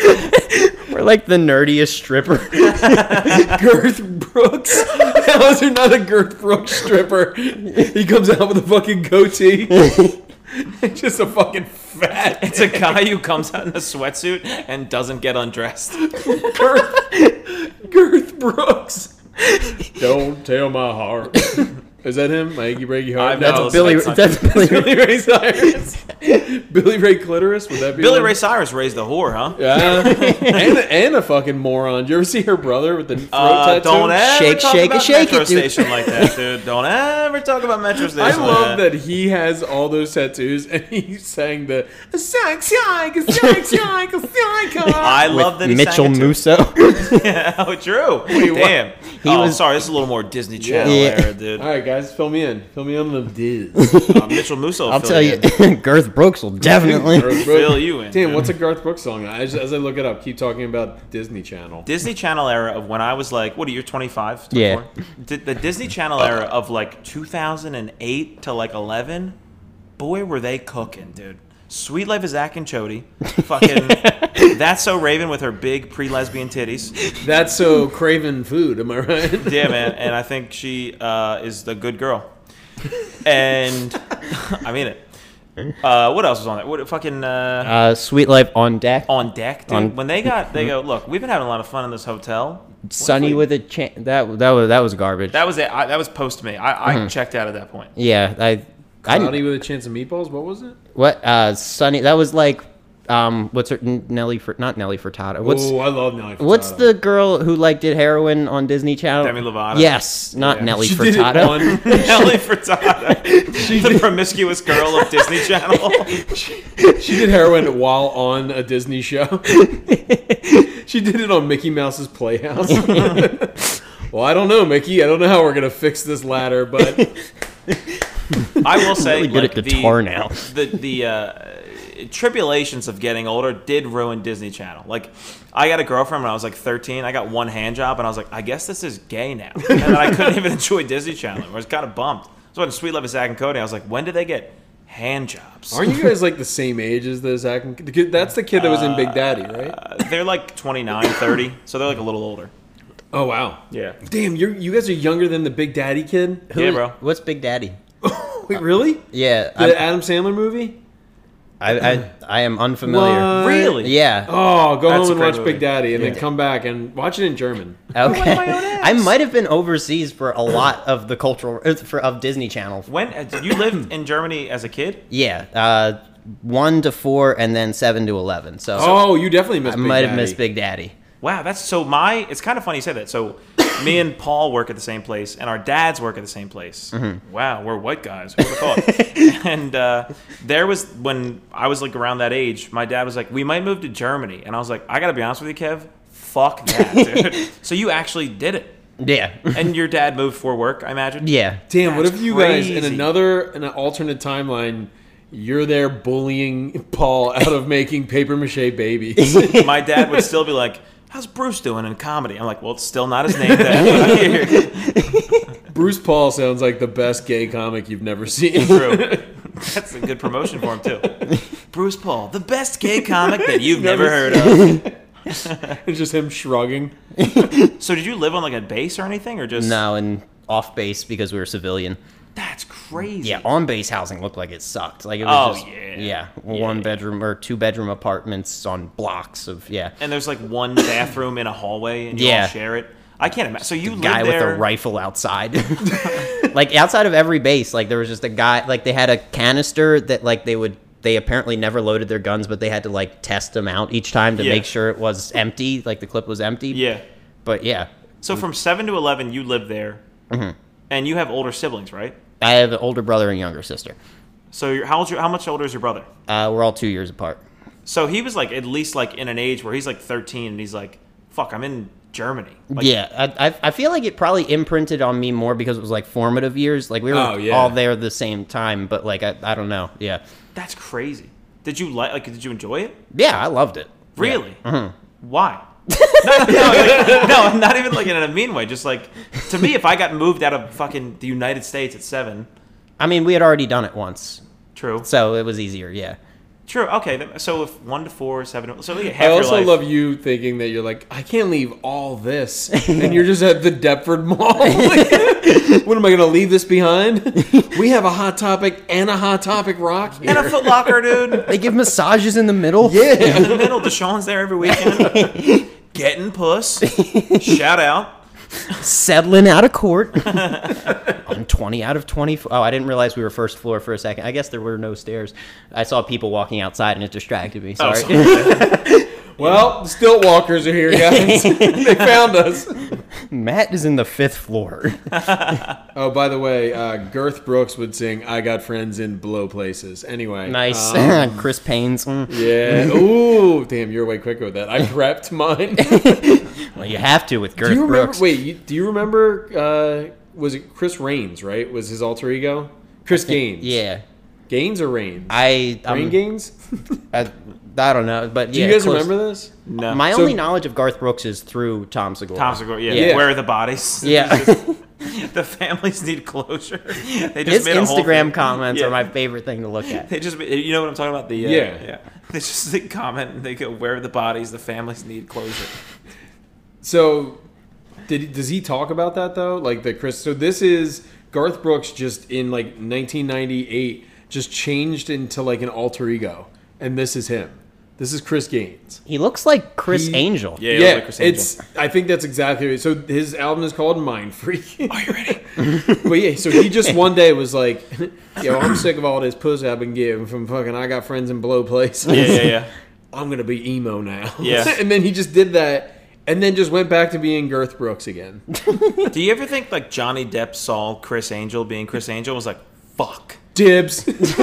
Speaker 3: We're like the nerdiest
Speaker 4: Oh,
Speaker 3: stripper.
Speaker 4: Girth Brooks. How is there not a Girth Brooks stripper? He comes out with a fucking goatee. Just a fucking fat
Speaker 5: It's a guy who comes out in a sweatsuit and doesn't get undressed.
Speaker 4: Girth, Girth Brooks. Don't tell my heart. Is that him? My achy breaky heart.
Speaker 5: I've never
Speaker 4: No,
Speaker 5: listened
Speaker 3: Billy,
Speaker 5: That's not-
Speaker 3: that's Billy.
Speaker 4: Billy Ray Cyrus. Billy Ray Clitoris. Would that be
Speaker 5: Billy
Speaker 4: him?
Speaker 5: Ray Cyrus raised the whore, huh?
Speaker 4: Yeah, and, and a fucking moron. Did you ever see her brother with the throat
Speaker 5: Uh,
Speaker 4: tattoo?
Speaker 5: don't ever
Speaker 3: Shake,
Speaker 5: talk
Speaker 3: shake it,
Speaker 5: about
Speaker 3: shake it,
Speaker 5: Metro
Speaker 3: dude.
Speaker 5: Station like that, dude. Don't ever talk about Metro Station.
Speaker 4: I
Speaker 5: like
Speaker 4: love that he has all those tattoos and he sang the "Psych, psych, psych, psych, psych."
Speaker 5: I love that he
Speaker 3: Mitchell
Speaker 5: sang it too.
Speaker 3: Musso.
Speaker 5: Oh, true.
Speaker 4: what?
Speaker 5: Damn. oh,
Speaker 3: was-
Speaker 5: sorry. It's a little more Disney Channel
Speaker 3: Yeah.
Speaker 5: era, dude.
Speaker 4: All right, guys, fill me in. Fill me in on the diz.
Speaker 5: Uh, Mitchell Musso.
Speaker 3: I'll
Speaker 5: fill
Speaker 3: tell you,
Speaker 5: in.
Speaker 3: Girth Brooks will definitely.
Speaker 4: Girth
Speaker 5: Fill
Speaker 4: Brooks.
Speaker 5: you in.
Speaker 4: Damn,
Speaker 5: dude.
Speaker 4: what's a Garth Brooks song? I just, as I look it up, keep talking about Disney Channel.
Speaker 5: Disney Channel era of when I was like, what are you, you're 25?
Speaker 3: Yeah.
Speaker 5: 24? Di- the Disney Channel era of like 2008 to like 11, boy, were they cooking, dude. Sweet Life is Zach and Chody. Fucking That's So Raven with her big pre lesbian titties.
Speaker 4: That's so craven food, am I right?
Speaker 5: Yeah, man. And I think she uh, is the good girl. And I mean it. Uh, what else was on there? What fucking. Uh,
Speaker 3: Uh, Sweet Life on deck.
Speaker 5: on deck, dude.
Speaker 3: Uh, on-
Speaker 5: when they got, they go, look, we've been having a lot of fun in this hotel.
Speaker 3: Sunny with a chan That that was that was garbage.
Speaker 5: That was it. I, that was post me. I, I checked out at that point.
Speaker 3: Yeah, I I didn't-
Speaker 4: Cloudy with a chance of meatballs. What was it?
Speaker 3: What? Uh, Sunny. That was like, um, what's her? N- Nelly for not Nelly Furtado. What's
Speaker 4: oh, I love Nelly.
Speaker 3: what's
Speaker 4: Furtado.
Speaker 3: the girl who like did heroin on Disney Channel?
Speaker 5: Demi Lovato.
Speaker 3: Yes, not Nelly
Speaker 4: She did it
Speaker 3: Furtado.
Speaker 4: on-
Speaker 5: Nelly Furtado, the promiscuous girl of Disney Channel.
Speaker 4: She did heroin while on a Disney show. she did it on Mickey Mouse's Playhouse. well, I don't know, Mickey. I don't know how we're gonna fix this ladder, but
Speaker 5: I will say,
Speaker 3: really good
Speaker 5: like,
Speaker 3: at guitar
Speaker 5: the,
Speaker 3: now.
Speaker 5: The the uh, tribulations of getting older did ruin Disney Channel. Like, I got a girlfriend when I was like 13. I got one hand job, and I was like, I guess this is gay now. And then I couldn't even enjoy Disney Channel. I was kind of bummed. So when Sweet Love is Zach and Cody, I was like, when did they get hand jobs?
Speaker 4: aren't you guys like the same age as the Zach? And, the kid- that's the kid that was in Big Daddy, right?
Speaker 5: Uh, they're like 29, 30, so they're like a little older.
Speaker 4: Oh wow.
Speaker 5: Yeah.
Speaker 4: Damn, you you guys are younger than the Big Daddy kid.
Speaker 5: yeah, bro.
Speaker 3: What's Big Daddy?
Speaker 4: Wait, really?
Speaker 3: Yeah,
Speaker 4: The
Speaker 3: I'm-
Speaker 4: Adam Sandler movie?
Speaker 3: I, I, I am unfamiliar.
Speaker 4: What?
Speaker 5: Really?
Speaker 3: Yeah.
Speaker 4: Oh, go
Speaker 5: That's
Speaker 4: home
Speaker 5: a
Speaker 4: and
Speaker 5: great
Speaker 4: watch
Speaker 5: movie.
Speaker 4: Big Daddy, and then come back and watch it in German.
Speaker 3: Okay. I might have been overseas for a lot of the cultural uh, for, of Disney Channel.
Speaker 5: When uh, you lived in Germany as a kid?
Speaker 3: Yeah, uh, one to four, and then seven to eleven. So
Speaker 4: Oh, you definitely
Speaker 3: I
Speaker 4: missed. Big
Speaker 3: might have
Speaker 4: Daddy.
Speaker 3: missed Big Daddy.
Speaker 5: Wow, that's so my. It's kind of funny you say that. So, me and Paul work at the same place, and our dads work at the same place. Wow, we're white guys. Who would have thought? and uh, there was when I was like around that age, my dad was like, "We might move to Germany," and I was like, "I gotta be honest with you, Kev. Fuck that, dude." so you actually did it,
Speaker 3: Yeah.
Speaker 5: and your dad moved for work, I imagine.
Speaker 3: yeah.
Speaker 4: Damn, what
Speaker 5: That's
Speaker 4: if you guys in
Speaker 5: crazy.
Speaker 4: another in an alternate timeline, you're there bullying Paul out of making paper mache babies.
Speaker 5: my dad would still be like. How's Bruce doing in comedy? I'm like, well, it's still not his name. Dad.
Speaker 4: Bruce Paul sounds like the best gay comic you've never seen.
Speaker 5: True. That's a good promotion for him too. Bruce Paul, the best gay comic that you've never heard of.
Speaker 4: it's just him shrugging.
Speaker 5: So did you live on like a base or anything, or just
Speaker 3: No, and off base because we were civilian.
Speaker 5: That's crazy.
Speaker 3: Yeah, on base housing looked like it sucked. Like it
Speaker 5: Oh,
Speaker 3: was just
Speaker 5: yeah.
Speaker 3: yeah, one bedroom or two bedroom apartments on blocks of yeah.
Speaker 5: And there's like one bathroom in a hallway, and you
Speaker 3: Yeah.
Speaker 5: all share it. I can't imagine. So you
Speaker 3: guy
Speaker 5: lived
Speaker 3: with
Speaker 5: there.
Speaker 3: a rifle outside. like outside of every base, like there was just a guy. Like they had a canister that like they would. They apparently never loaded their guns, but they had to like test them out each time to
Speaker 5: Yeah.
Speaker 3: make sure it was empty. Like the clip was empty.
Speaker 5: Yeah.
Speaker 3: But yeah,
Speaker 5: So
Speaker 3: Mm-hmm.
Speaker 5: from seven to eleven, you lived there, and you have older siblings, right?
Speaker 3: I have an older brother and younger sister.
Speaker 5: So you're, how old? How much older is your brother?
Speaker 3: Uh, we're all two years apart.
Speaker 5: So he was like at least like in an age where he's like 13, and he's like, "Fuck, I'm in Germany." Like,
Speaker 3: yeah, I, I I feel like it probably imprinted on me more because it was like formative years. Like we were
Speaker 4: Oh, yeah.
Speaker 3: all there the same time, but like I, I don't know. Yeah,
Speaker 5: That's crazy. Did you like? Like, did you enjoy it?
Speaker 3: yeah, I loved it. Yeah. Mm-hmm.
Speaker 5: Really? Why? no, no, no, like, no, not even like in a mean way. Just like to me, if I got moved out of fucking the United States at seven,
Speaker 3: I mean, we had already done it once,
Speaker 5: true,
Speaker 3: so it was easier. Yeah.
Speaker 5: true. Okay, then- so if one to four, seven, to- so like half
Speaker 4: I also
Speaker 5: your life.
Speaker 4: love you thinking that you're like, I can't leave all this, and you're just at the Deptford Mall. when am I going to leave this behind? We have a hot topic and a hot topic rock here.
Speaker 5: and a Foot Locker, dude.
Speaker 3: They give massages in the middle.
Speaker 5: In the middle, Deshaun's there every weekend, getting puss. Shout out.
Speaker 3: Settling out of court. I'm 20 out of 20. Oh, I didn't realize we were first floor for a second. I guess there were no stairs. I saw people walking outside and it distracted me.
Speaker 5: Oh,
Speaker 3: Sorry.
Speaker 4: well, the stilt walkers are here, guys. they found us.
Speaker 3: Matt is in the fifth floor.
Speaker 4: Oh, by the way, uh, Girth Brooks would sing "I Got Friends in Blow Places." Anyway,
Speaker 3: Nice.
Speaker 4: um,
Speaker 3: Chris Payne's. mm.
Speaker 4: yeah. Ooh, damn, you're way quicker with that. I prepped mine. do
Speaker 3: Well, you have to with Girth
Speaker 4: you remember?
Speaker 3: Brooks.
Speaker 4: Wait, you, do you remember? Uh, was it Chris Raines? Right? Was his alter ego Chris Gaines?
Speaker 3: Yeah.
Speaker 4: Gaines or Raines?
Speaker 3: I,
Speaker 4: Rain
Speaker 3: um,
Speaker 4: Gaines.
Speaker 3: I, I don't know. But
Speaker 4: Do
Speaker 3: yeah,
Speaker 4: you guys
Speaker 3: close.
Speaker 4: remember this?
Speaker 5: No,
Speaker 3: My
Speaker 4: So-
Speaker 3: only knowledge of Garth Brooks is through Tom Segura.
Speaker 5: Tom Segura, yeah.
Speaker 4: Yeah.
Speaker 5: Where are the bodies?
Speaker 3: Yeah.
Speaker 5: The families need closure. They just
Speaker 3: His
Speaker 5: made a whole
Speaker 3: Instagram
Speaker 5: thing.
Speaker 3: comments
Speaker 5: Yeah.
Speaker 3: are my favorite thing to look at.
Speaker 5: They just, you know what I'm talking about? The uh,
Speaker 4: Yeah.
Speaker 5: yeah. They just they comment and they go, "Where are the bodies? The families need closure."
Speaker 4: So, did does he talk about that though? Like the Chris? So this is Garth Brooks just in like 1998, just changed into like an alter ego, and this is him. This is Chris Gaines.
Speaker 3: He looks like Chris
Speaker 4: He-
Speaker 3: Angel.
Speaker 5: Yeah,
Speaker 4: yeah,
Speaker 5: like Chris Angel.
Speaker 4: it's. I think that's exactly right. So his album is called Mind Freak. Are you ready? but yeah, so he just one day was like, "Yo, I'm sick of all this pussy I've been getting from fucking. I got friends in blow places.
Speaker 5: yeah, yeah, yeah.
Speaker 4: I'm gonna be emo now."
Speaker 5: Yeah.
Speaker 4: and then he just did that, and then just went back to being Girth Brooks again.
Speaker 5: Do you ever think like Johnny Depp saw Chris Angel being Chris Angel and was like, fuck.
Speaker 4: Dibs.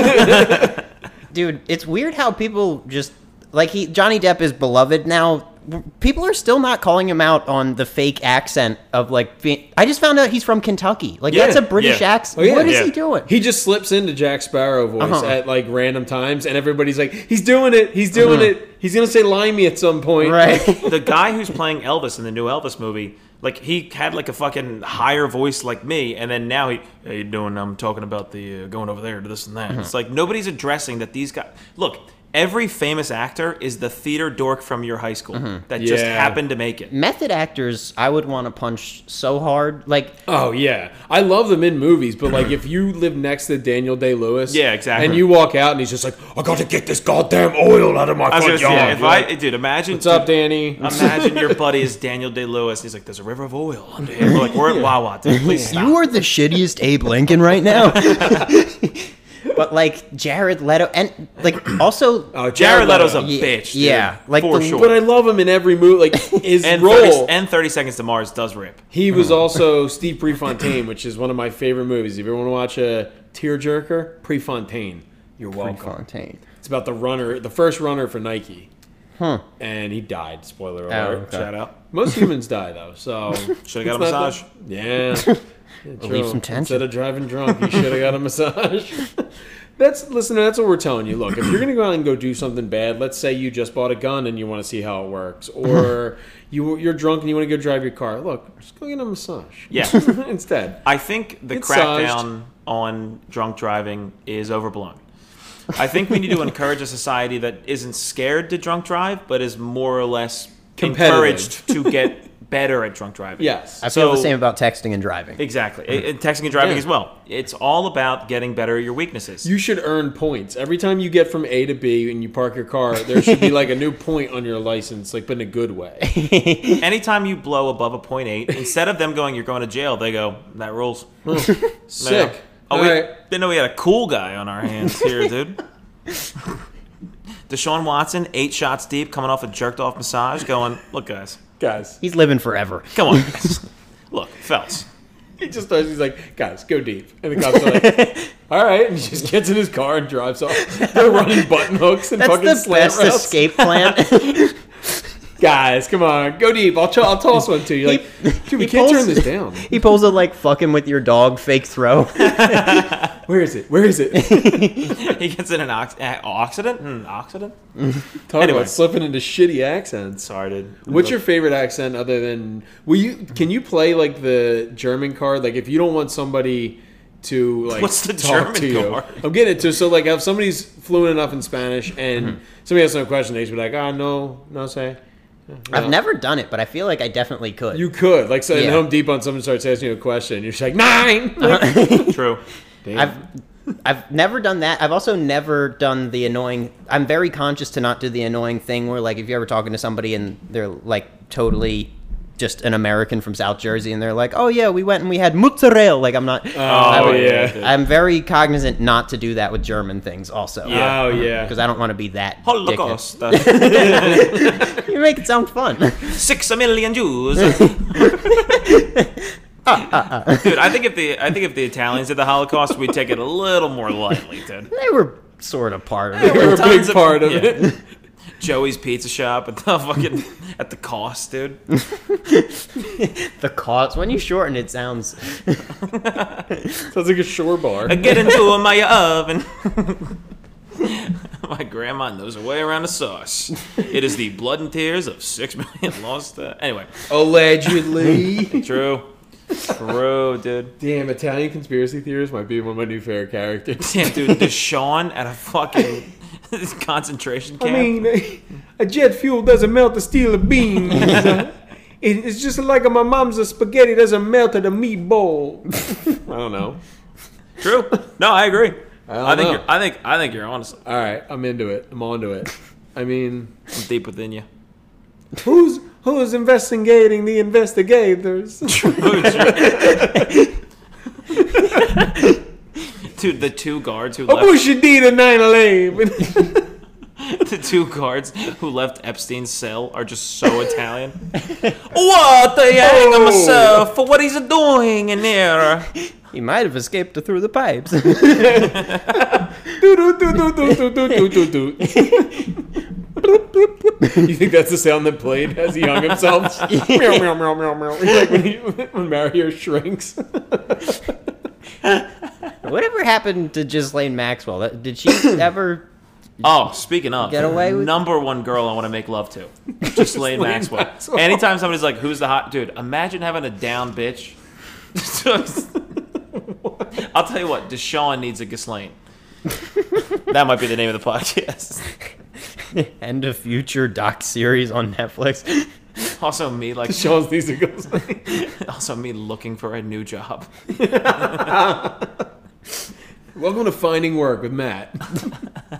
Speaker 3: Dude, it's weird how people just like he Johnny Depp is beloved now. People are still not calling him out on the fake accent of like. Being, I just found out he's from Kentucky. Like
Speaker 4: Yeah,
Speaker 3: that's a British
Speaker 5: yeah.
Speaker 3: accent.
Speaker 4: Oh, yeah.
Speaker 3: what is
Speaker 5: Yeah.
Speaker 3: he doing?
Speaker 4: He just slips into Jack Sparrow voice
Speaker 3: Uh-huh.
Speaker 4: at like random times, and everybody's like, "He's doing it! He's doing
Speaker 5: Uh-huh.
Speaker 4: it! He's gonna say limey at some point."
Speaker 3: right.
Speaker 5: The guy who's playing Elvis in the new Elvis movie, like he had like a fucking higher voice like me, and then now he, how you doing? I'm talking about the uh, going over there to this and that.
Speaker 4: Mm-hmm.
Speaker 5: It's like nobody's addressing that these guys. Look, every famous actor is the theater dork from your high school that just
Speaker 4: Mm-hmm. Yeah.
Speaker 5: happened to make it.
Speaker 3: Method actors, I would want to punch so hard. Like
Speaker 4: Oh yeah, I love them in movies, but like if you live next to Daniel Day Lewis,
Speaker 5: Yeah, exactly.
Speaker 4: and you walk out and he's just like, "I gotta get this goddamn oil out of my
Speaker 5: I was gonna
Speaker 4: front
Speaker 5: say,
Speaker 4: yard."
Speaker 5: if I, dude, imagine
Speaker 4: What's up, Danny?
Speaker 5: Imagine your buddy is Daniel Day Lewis. He's like, "There's a river of oil under here." We're like, "We're at Wawa, dude. Please stop."
Speaker 3: you are the shittiest Abe Lincoln right now. but like Jared Leto, and like also
Speaker 4: Oh,
Speaker 5: Jared Leto's a
Speaker 3: Yeah,
Speaker 5: bitch. Dude,
Speaker 3: yeah, like
Speaker 5: for
Speaker 3: the-
Speaker 5: sure.
Speaker 4: But I love him in every movie. Like his
Speaker 5: and
Speaker 4: role.
Speaker 5: 30, and Uh-huh. 30 Seconds to Mars does rip.
Speaker 4: he was also Steve Prefontaine, which is one of my favorite movies. If you ever want to watch a tearjerker, Prefontaine. You're welcome.
Speaker 3: Fontaine.
Speaker 4: It's about the runner, the first runner for Nike. And he died. Spoiler alert.
Speaker 3: okay.
Speaker 5: Shout out.
Speaker 4: Most humans die though, so
Speaker 5: Should have got a
Speaker 4: It's not
Speaker 5: massage.
Speaker 4: that- yeah. True.
Speaker 3: some tension.
Speaker 4: Instead of driving drunk, you should have got a massage. that's listen. That's what we're telling you. Look, if you're gonna go out and go do something bad, let's say you just bought a gun and you want to see how it works, or you you're drunk and you want to go drive your car. Look, just go get a massage.
Speaker 5: Yeah.
Speaker 4: instead.
Speaker 5: I think the
Speaker 4: It's
Speaker 5: crackdown
Speaker 4: sized.
Speaker 5: on drunk driving is overblown. I think we need to encourage a society that isn't scared to drunk drive, but is more or less
Speaker 4: Competitive.
Speaker 5: encouraged to get better at drunk driving.
Speaker 4: Yes.
Speaker 3: I feel the
Speaker 5: So-
Speaker 3: same about texting and driving.
Speaker 5: Exactly. And- and texting and driving
Speaker 4: Yeah.
Speaker 5: as well. It's all about getting better at your weaknesses.
Speaker 4: You should earn points every time you get from A to B and you park your car. There should be like a new point on your license, like but in a good way.
Speaker 5: Anytime you blow above a point eight, instead of them going, "You're going to jail," they go, "That rules." They go,
Speaker 4: Sick.
Speaker 5: Oh,
Speaker 4: All
Speaker 5: we,
Speaker 4: right.
Speaker 5: they know we had a cool guy on our hands here, dude. Deshaun Watson, eight shots deep, coming off a jerked off massage, going, "Look, guys,
Speaker 4: guys.
Speaker 3: He's living forever.
Speaker 5: come on, guys. look, Phelps."
Speaker 4: He just starts. He's like, guys, go deep. And the cops are like, all right. And he just gets in his car and drives off. They're running button hooks and
Speaker 3: That's
Speaker 4: fucking
Speaker 3: the
Speaker 4: slant
Speaker 3: best
Speaker 4: routes.
Speaker 3: escape plan.
Speaker 4: Guys, come on, go deep. I'll, t- I'll toss one to you. Like, dude, we
Speaker 3: he pulls-
Speaker 4: can't turn this down.
Speaker 3: he pulls a like fucking with your dog fake throw.
Speaker 4: Where is it? Where is it?
Speaker 5: He gets in an ox- uh, accident. Hmm, accident.
Speaker 4: Talk
Speaker 5: Anyway.
Speaker 4: about slipping into shitty accents.
Speaker 5: Sorry, dude.
Speaker 4: What's your favorite accent other than? Will you? Can you play like the German card? Like, if you don't want somebody to like
Speaker 5: What's the
Speaker 4: talk
Speaker 5: German
Speaker 4: to you,
Speaker 5: card?
Speaker 4: I'm getting it. To so like, if somebody's fluent enough in Spanish and
Speaker 5: Mm-hmm.
Speaker 4: somebody asks them a question, they should be like, ah, no, no say.
Speaker 3: I've never done it, but I feel like I definitely could.
Speaker 4: You could like so in
Speaker 3: Yeah.
Speaker 4: Home Depot, and someone starts asking you a question. You're just like nine. Like,
Speaker 5: true?
Speaker 4: Oh,
Speaker 3: I've I've never done that. I've also never done the annoying. I'm very conscious to not do the annoying thing where like if you're ever talking to somebody and they're like totally just an American from South Jersey and they're like, oh yeah, we went and we had mozzarella. Like I'm not. I
Speaker 4: oh
Speaker 3: would-
Speaker 4: yeah.
Speaker 3: I'm very cognizant not to do that with German things also.
Speaker 5: Yeah.
Speaker 4: Oh yeah.
Speaker 3: Because I don't want to be that. dickhead.
Speaker 5: Holocaust. Uh,
Speaker 3: You make it sound fun.
Speaker 5: six million Jews. Ah, Dude, I think if the I think if the Italians did the Holocaust, we'd take it a little more lightly, dude.
Speaker 3: they were sort of part of it.
Speaker 4: You're a big
Speaker 5: Tons of-
Speaker 4: part of
Speaker 5: yeah.
Speaker 4: it.
Speaker 5: Joey's Pizza Shop at the fucking at the cost, dude.
Speaker 3: The cause. When you shorten it, sounds.
Speaker 4: Sounds like a shore bar.
Speaker 5: I get into my oven. my grandma knows her way around the sauce. It is the blood and tears of six million lost. Uh, anyway,
Speaker 4: Allegedly.
Speaker 5: true, true, dude.
Speaker 4: Damn, Italian conspiracy theorists might be one of my new favorite characters.
Speaker 5: Damn, dude, Deshaun at a fucking concentration camp.
Speaker 4: a jet fuel doesn't melt the steel of beam. It's just like my mom's spaghetti doesn't melt at a meatball. I don't know.
Speaker 5: True. No, I agree.
Speaker 4: don't
Speaker 5: I, think
Speaker 4: know.
Speaker 5: you're, I think I think you're honest.
Speaker 4: All right, I'm into it. I'm onto it. I mean,
Speaker 5: It's deep within you.
Speaker 4: who's who's investigating the investigators?
Speaker 5: Dude, the two guards who
Speaker 4: Abu
Speaker 5: left
Speaker 4: Shadid and 9/11.
Speaker 5: the two guards who left Epstein's cell are just so Italian. what the hang of myself for what he's doing in there?
Speaker 3: He might have escaped through the pipes.
Speaker 4: Do, do, do, do, do, do, do, do, do, do. You think that's the sound that played as he hung himself? meow, meow, meow, meow, meow. Like when, he, when Mario shrinks.
Speaker 3: Whatever happened to Ghislaine Maxwell? That- Did she ever?
Speaker 5: Oh, speaking of,
Speaker 3: Get away with-
Speaker 5: number one girl I want to make love to, Ghislaine Maxwell.
Speaker 4: Maxwell.
Speaker 5: Anytime somebody's like, "Who's the hot dude?" Imagine having a down bitch. I'll tell you what, Deshaun needs a Ghislaine. that might be the name of the podcast.
Speaker 3: End of future doc series on Netflix.
Speaker 5: Also, me like,
Speaker 4: Sean's these eagles.
Speaker 5: also me looking for a new job.
Speaker 4: Welcome to Finding Work with Matt.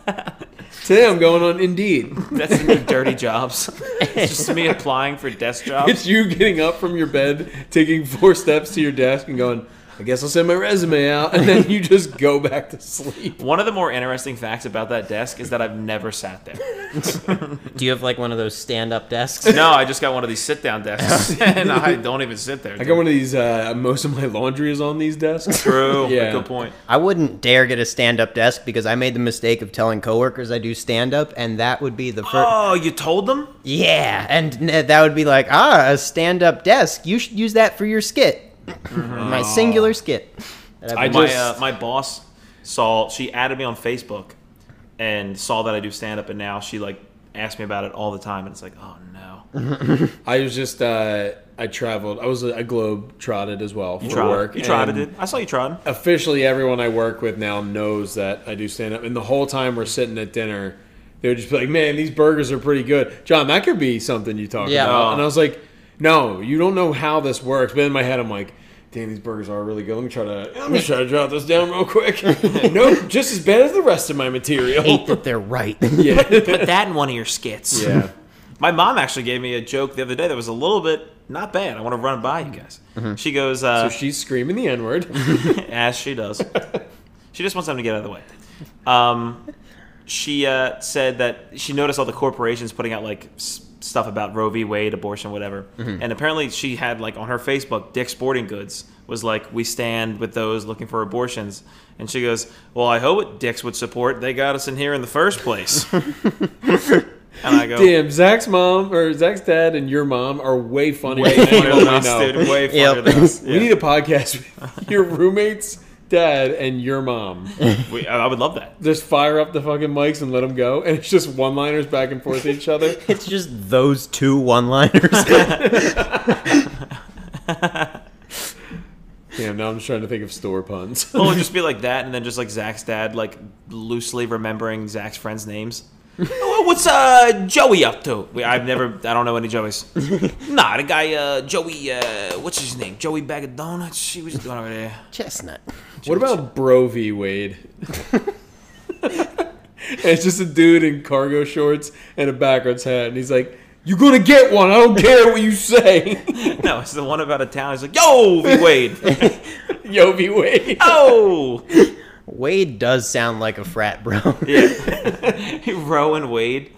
Speaker 4: Today I'm going on Indeed.
Speaker 5: That's the new dirty jobs. It's just me applying for desk jobs.
Speaker 4: It's you getting up from your bed, taking four steps to your desk, and going, I guess I'll send my resume out. And then you just go back to sleep.
Speaker 5: One of the more interesting facts about that desk is that I've never sat there.
Speaker 3: Do you have like one of those stand-up desks?
Speaker 5: No, I just got one of these sit down desks, and I don't even sit there.
Speaker 4: I got one of these, uh, most of my laundry is on these desks.
Speaker 5: True.
Speaker 4: Yeah.
Speaker 5: Good point.
Speaker 3: I wouldn't dare get a stand-up desk because I made the mistake of telling coworkers I do stand-up, and that would be the first.
Speaker 5: Oh, you told them?
Speaker 3: Yeah, and n- that would be like ah, a stand-up desk. You should use that for your skit, my singular skit. that I've
Speaker 5: I
Speaker 3: been-
Speaker 5: my uh, my boss saw she added me on Facebook and saw that I do stand up, and now she like asks me about it all the time, and it's like, oh no,
Speaker 4: I was just, uh, I traveled. I was, uh, I globe trotted as well for
Speaker 5: you tried,
Speaker 4: work.
Speaker 5: you tried it.
Speaker 4: and
Speaker 5: Dude. I saw you tried.
Speaker 4: Officially, everyone I work with now knows that I do stand up. And the whole time we're sitting at dinner, they would just be like, man, these burgers are pretty good. John, that could be something you talk
Speaker 3: Yeah.
Speaker 4: about.
Speaker 5: Oh.
Speaker 4: And I was like, no, you don't know how this works. But in my head, I'm like, damn, these burgers are really good. Let me try to, let me try to jot this down real quick. no, just as bad as the rest of my material.
Speaker 3: hate that they're right.
Speaker 5: Put that in one of your skits.
Speaker 4: yeah.
Speaker 5: My mom actually gave me a joke the other day that was a little bit not bad. I want to run it by you guys. She goes, uh,
Speaker 4: So she's screaming the N word.
Speaker 5: as she does. she just wants them to get out of the way. Um, she uh, said that she noticed all the corporations putting out like s- stuff about Roe v. Wade, abortion, whatever.
Speaker 4: Mm-hmm.
Speaker 5: And apparently, she had like on her Facebook, Dick Sporting Goods was like, "We stand with those looking for abortions." And she goes, "Well, I hope what Dick's would support. They got us in here in the first place." and I go,
Speaker 4: Damn, Zach's mom or Zach's dad and your mom are way funnier
Speaker 5: "Way
Speaker 4: than
Speaker 5: funnier
Speaker 4: anyone
Speaker 5: than
Speaker 4: I
Speaker 5: us,
Speaker 4: know.
Speaker 5: dude. Way funnier
Speaker 3: Yep.
Speaker 5: than us."
Speaker 4: We need a podcast with your roommate's dad and your mom.
Speaker 5: We- I I would love that.
Speaker 4: Just fire up the fucking mics and let them go. And it's just one liners back and forth to each other.
Speaker 3: it's just those two one-liners.
Speaker 4: Damn, now I'm just trying to think of store puns.
Speaker 5: Well, Oh, it'd just be like that, and then just like Zach's dad, like loosely remembering Zach's friends' names. Oh, What's uh Joey up to? Wait, I've never, I don't know any Joeys. Nah, the guy uh Joey, uh what's his name? Joey Bag of Donuts. She was doing over there.
Speaker 3: Chestnut.
Speaker 4: what about Bro v Wade? And it's just a dude in cargo shorts and a backwards hat, and he's like, "You're gonna get one. I don't care what you say."
Speaker 5: No, it's the one about a town. He's like, Yo, V Wade.
Speaker 4: Yo, v Wade.
Speaker 5: Oh,
Speaker 3: Wade does sound like a frat bro.
Speaker 5: Rowan Wade.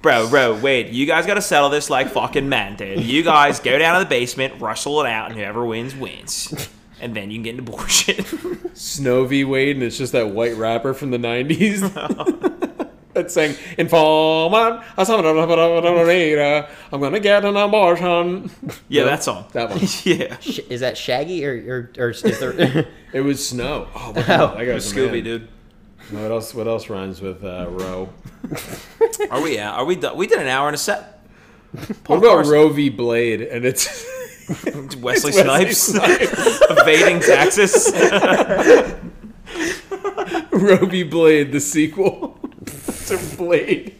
Speaker 5: Bro, bro, Wade, you guys gotta settle this like fucking man, dude. You guys go down to the basement, rustle it out, and whoever wins wins. And then you can get an abortion.
Speaker 4: Snow v Wade, and it's just that white rapper from the '90s that's saying, "Informant, I'm gonna get an abortion."
Speaker 5: Yeah, that song.
Speaker 4: That one.
Speaker 5: Yeah.
Speaker 3: Sh- Is that Shaggy or or, or is there?
Speaker 4: It was snow. Oh, what
Speaker 3: Oh.
Speaker 4: I got
Speaker 5: Scooby, dude.
Speaker 4: What else? What else rhymes with uh, row?
Speaker 5: Are we? Are we? Done? We did an hour and a set.
Speaker 4: What about
Speaker 5: Carson.
Speaker 4: Roe v. Blade? And it's
Speaker 5: Wesley,
Speaker 4: Wesley
Speaker 5: Snipes, evading taxes.
Speaker 4: Roe v. Blade, the sequel to Blade.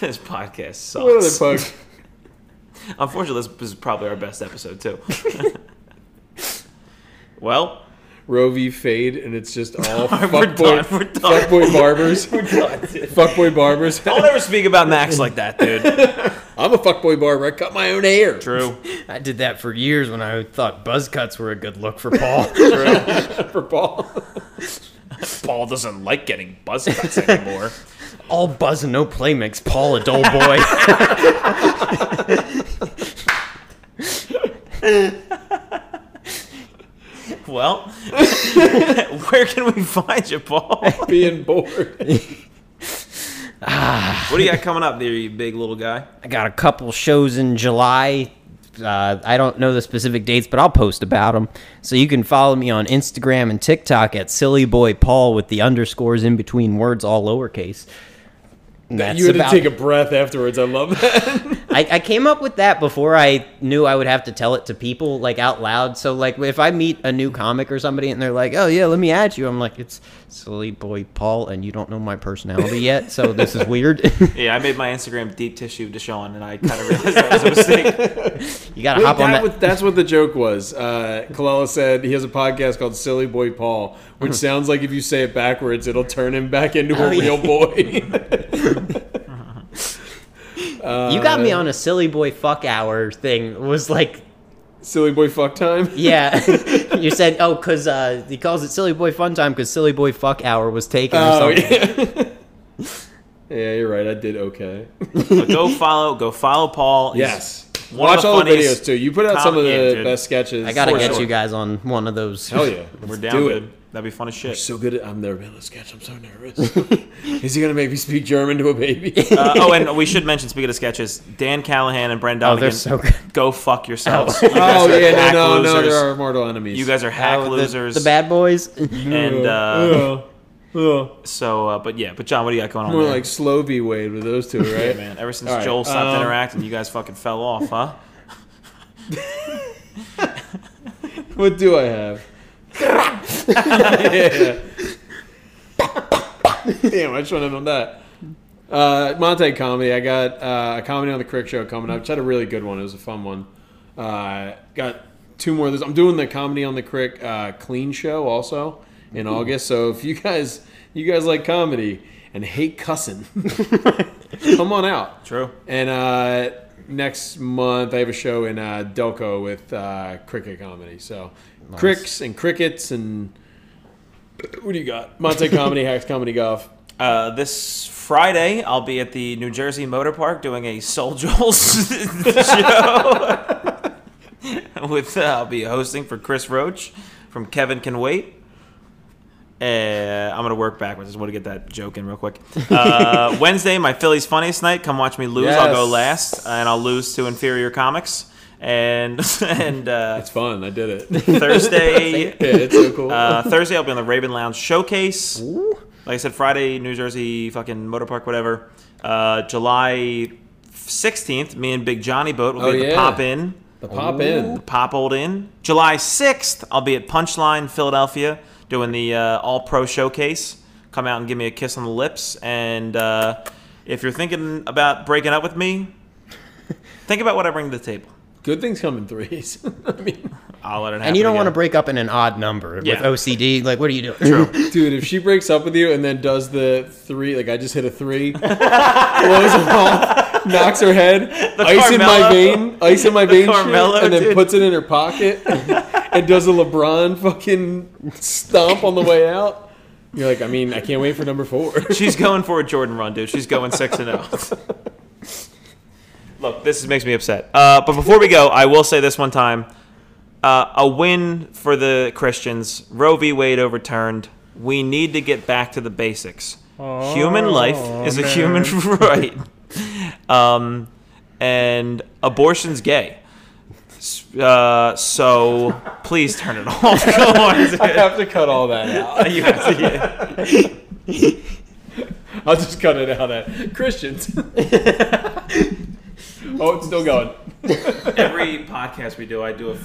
Speaker 5: this podcast
Speaker 4: What other
Speaker 5: sucks.
Speaker 4: bug?
Speaker 5: Unfortunately, this is probably our best episode too. well,
Speaker 4: Roe v. Fade, and it's just all
Speaker 5: We're
Speaker 4: fuckboy,
Speaker 5: done, we're done.
Speaker 4: fuckboy barbers, fuckboy barbers.
Speaker 5: Don't ever speak about Max like that, dude.
Speaker 4: I'm a fuckboy barber. I cut my own hair.
Speaker 5: True.
Speaker 3: I did that for years when I thought buzz cuts were a good look for Paul.
Speaker 4: for Paul.
Speaker 2: Paul doesn't like getting buzz cuts anymore.
Speaker 3: All buzz and no play makes Paul a dull boy.
Speaker 5: Well, where can we find you, Paul? What
Speaker 4: Being bored.
Speaker 5: do you got coming up there, you big little guy?
Speaker 3: I got a couple shows in July. Uh, I don't know the specific dates, but I'll post about them. So you can follow me on Instagram and TikTok at Silly Boy Paul with the underscores in between words, all lowercase. And that's
Speaker 4: you had
Speaker 3: about
Speaker 4: to take a breath afterwards. I love that.
Speaker 3: I, I came up with that before I knew I would have to tell it to people like out loud. So like if I meet a new comic or somebody and they're like, "Oh yeah, let me add you," I'm like, "It's silly boy Paul, and you don't know my personality yet, so this is weird."
Speaker 5: Yeah, I made my Instagram deep tissue Deshaun, and I kind of realized that was a mistake.
Speaker 3: you gotta hop on that.
Speaker 4: That was- that's what the joke was. Uh, Colella said he has a podcast called Silly Boy Paul, which sounds like if you say it backwards, it'll turn him back into a
Speaker 3: Oh, yeah.
Speaker 4: real boy.
Speaker 3: you got
Speaker 4: uh,
Speaker 3: me on a silly boy fuck hour thing. It was like,
Speaker 4: Silly Boy Fuck Time.
Speaker 3: yeah, you said, "Oh, cause uh, he calls it silly boy fun time because silly boy fuck hour was taken." Or
Speaker 4: Oh,
Speaker 3: something.
Speaker 4: yeah. yeah, you're right. I did okay.
Speaker 5: But go follow, go follow Paul. He's
Speaker 4: Yes.
Speaker 5: one of
Speaker 4: Watch all the
Speaker 5: funniest
Speaker 4: videos too. You put out some of
Speaker 5: comedy-
Speaker 4: the
Speaker 5: yeah, dude.
Speaker 4: best sketches.
Speaker 3: I gotta
Speaker 4: For
Speaker 3: get
Speaker 4: sure.
Speaker 3: you guys on one of those.
Speaker 4: Hell yeah.
Speaker 5: We're
Speaker 4: Let's
Speaker 5: down,
Speaker 4: Do
Speaker 5: dude.
Speaker 4: it.
Speaker 5: That'd be fun as shit.
Speaker 4: So good. At, I've never been on a sketch. I'm so nervous. Is he gonna make me speak German to a baby?
Speaker 5: Uh, oh, and we should mention, speaking of sketches, Dan Callahan and Brendan.
Speaker 3: Oh, they're so good.
Speaker 5: Go fuck yourselves. You guys
Speaker 4: oh
Speaker 5: are
Speaker 4: yeah,
Speaker 5: hack
Speaker 4: no, no, no.
Speaker 5: losers.
Speaker 4: There are mortal enemies. Uh,
Speaker 5: You guys are hack
Speaker 3: Oh, the-
Speaker 5: losers.
Speaker 3: the, bad boys.
Speaker 5: And uh,
Speaker 4: Oh, oh.
Speaker 5: so, uh, but yeah, but John, what do you got going on?
Speaker 4: More
Speaker 5: there?
Speaker 4: like slow V Wade with those two,
Speaker 5: Yeah,
Speaker 4: right?
Speaker 5: man. Ever since
Speaker 4: All right,
Speaker 5: Joel stopped
Speaker 4: um,
Speaker 5: interacting, you guys fucking fell off, huh?
Speaker 4: What do I have? yeah. Damn, I should have done that. Uh, Monte comedy. I got uh, a comedy on the Crick Show coming up. Which had a really good one. It was a fun one. Uh, got two more. Of those. I'm doing the comedy on the Crick uh, Clean Show also in August. So if you guys you guys like comedy and hate cussing, come on out.
Speaker 5: True.
Speaker 4: And uh, next month, I have a show in uh, Delco with uh, cricket comedy. So cricks and crickets and what do you got? Monte comedy, hacks comedy, golf.
Speaker 5: Uh, this Friday, I'll be at the New Jersey Motor Park doing a Soul Joel's show. With uh, I'll be hosting for Chris Roach from Kevin Can Wait. Uh, I'm gonna work backwards. Just want to get that joke in real quick. Uh, Wednesday, my Phillies funniest night. Come watch me lose. I'll go
Speaker 4: Yes.
Speaker 5: last, and I'll lose to inferior comics. And and uh,
Speaker 4: It's fun. I did it. yeah,
Speaker 5: Thursday,
Speaker 4: it's so cool.
Speaker 5: uh, Thursday, I'll be on the Raven Lounge Showcase. Like I said, Friday, New Jersey, fucking Motor Park, whatever. Uh, July 16th, me and Big Johnny Boat will
Speaker 4: Oh,
Speaker 5: be at the
Speaker 4: yeah.
Speaker 5: Pop In,
Speaker 4: the pop in.
Speaker 5: the Pop Old Inn. July 6th, I'll be at Punchline, Philadelphia, doing the uh, All Pro Showcase. Come out and give me a kiss on the lips. And uh, if you're thinking about breaking up with me, think about what I bring to the table.
Speaker 4: Good things come in threes. I mean,
Speaker 5: I'll let it happen.
Speaker 3: and you don't want to
Speaker 5: again.
Speaker 3: break up in an odd number
Speaker 5: Yeah.
Speaker 3: with OCD. Like, what are you doing?
Speaker 4: dude, if she breaks up with you and then does the three, like I just hit a three, blows him off, knocks her head,
Speaker 5: The
Speaker 4: ice in my
Speaker 5: Carmelo.
Speaker 4: vein, ice in my vein, shit,
Speaker 5: Carmelo,
Speaker 4: and then
Speaker 5: dude.
Speaker 4: puts it in her pocket and does a LeBron fucking stomp on the way out. You're like, I mean, I can't wait for number four.
Speaker 5: She's going for a Jordan run, dude. She's going six and zero. Look, this is- makes me upset. Uh, but before we go, I will say this one time: uh, a win for the Christians. Roe v. Wade overturned. We need to get back to the basics. human life is a human right, um, and abortion's gay. S- Uh, so please turn it off. Go on, dude.
Speaker 4: I have to cut all that out.
Speaker 5: You have to- yeah.
Speaker 4: I'll just cut it out at Christians. oh, it's still going.
Speaker 5: Every podcast we do, I do a.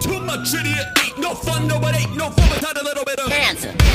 Speaker 1: Too much idiot, ain't no fun, no, it ain't no fun without a little bit of
Speaker 6: Cancer.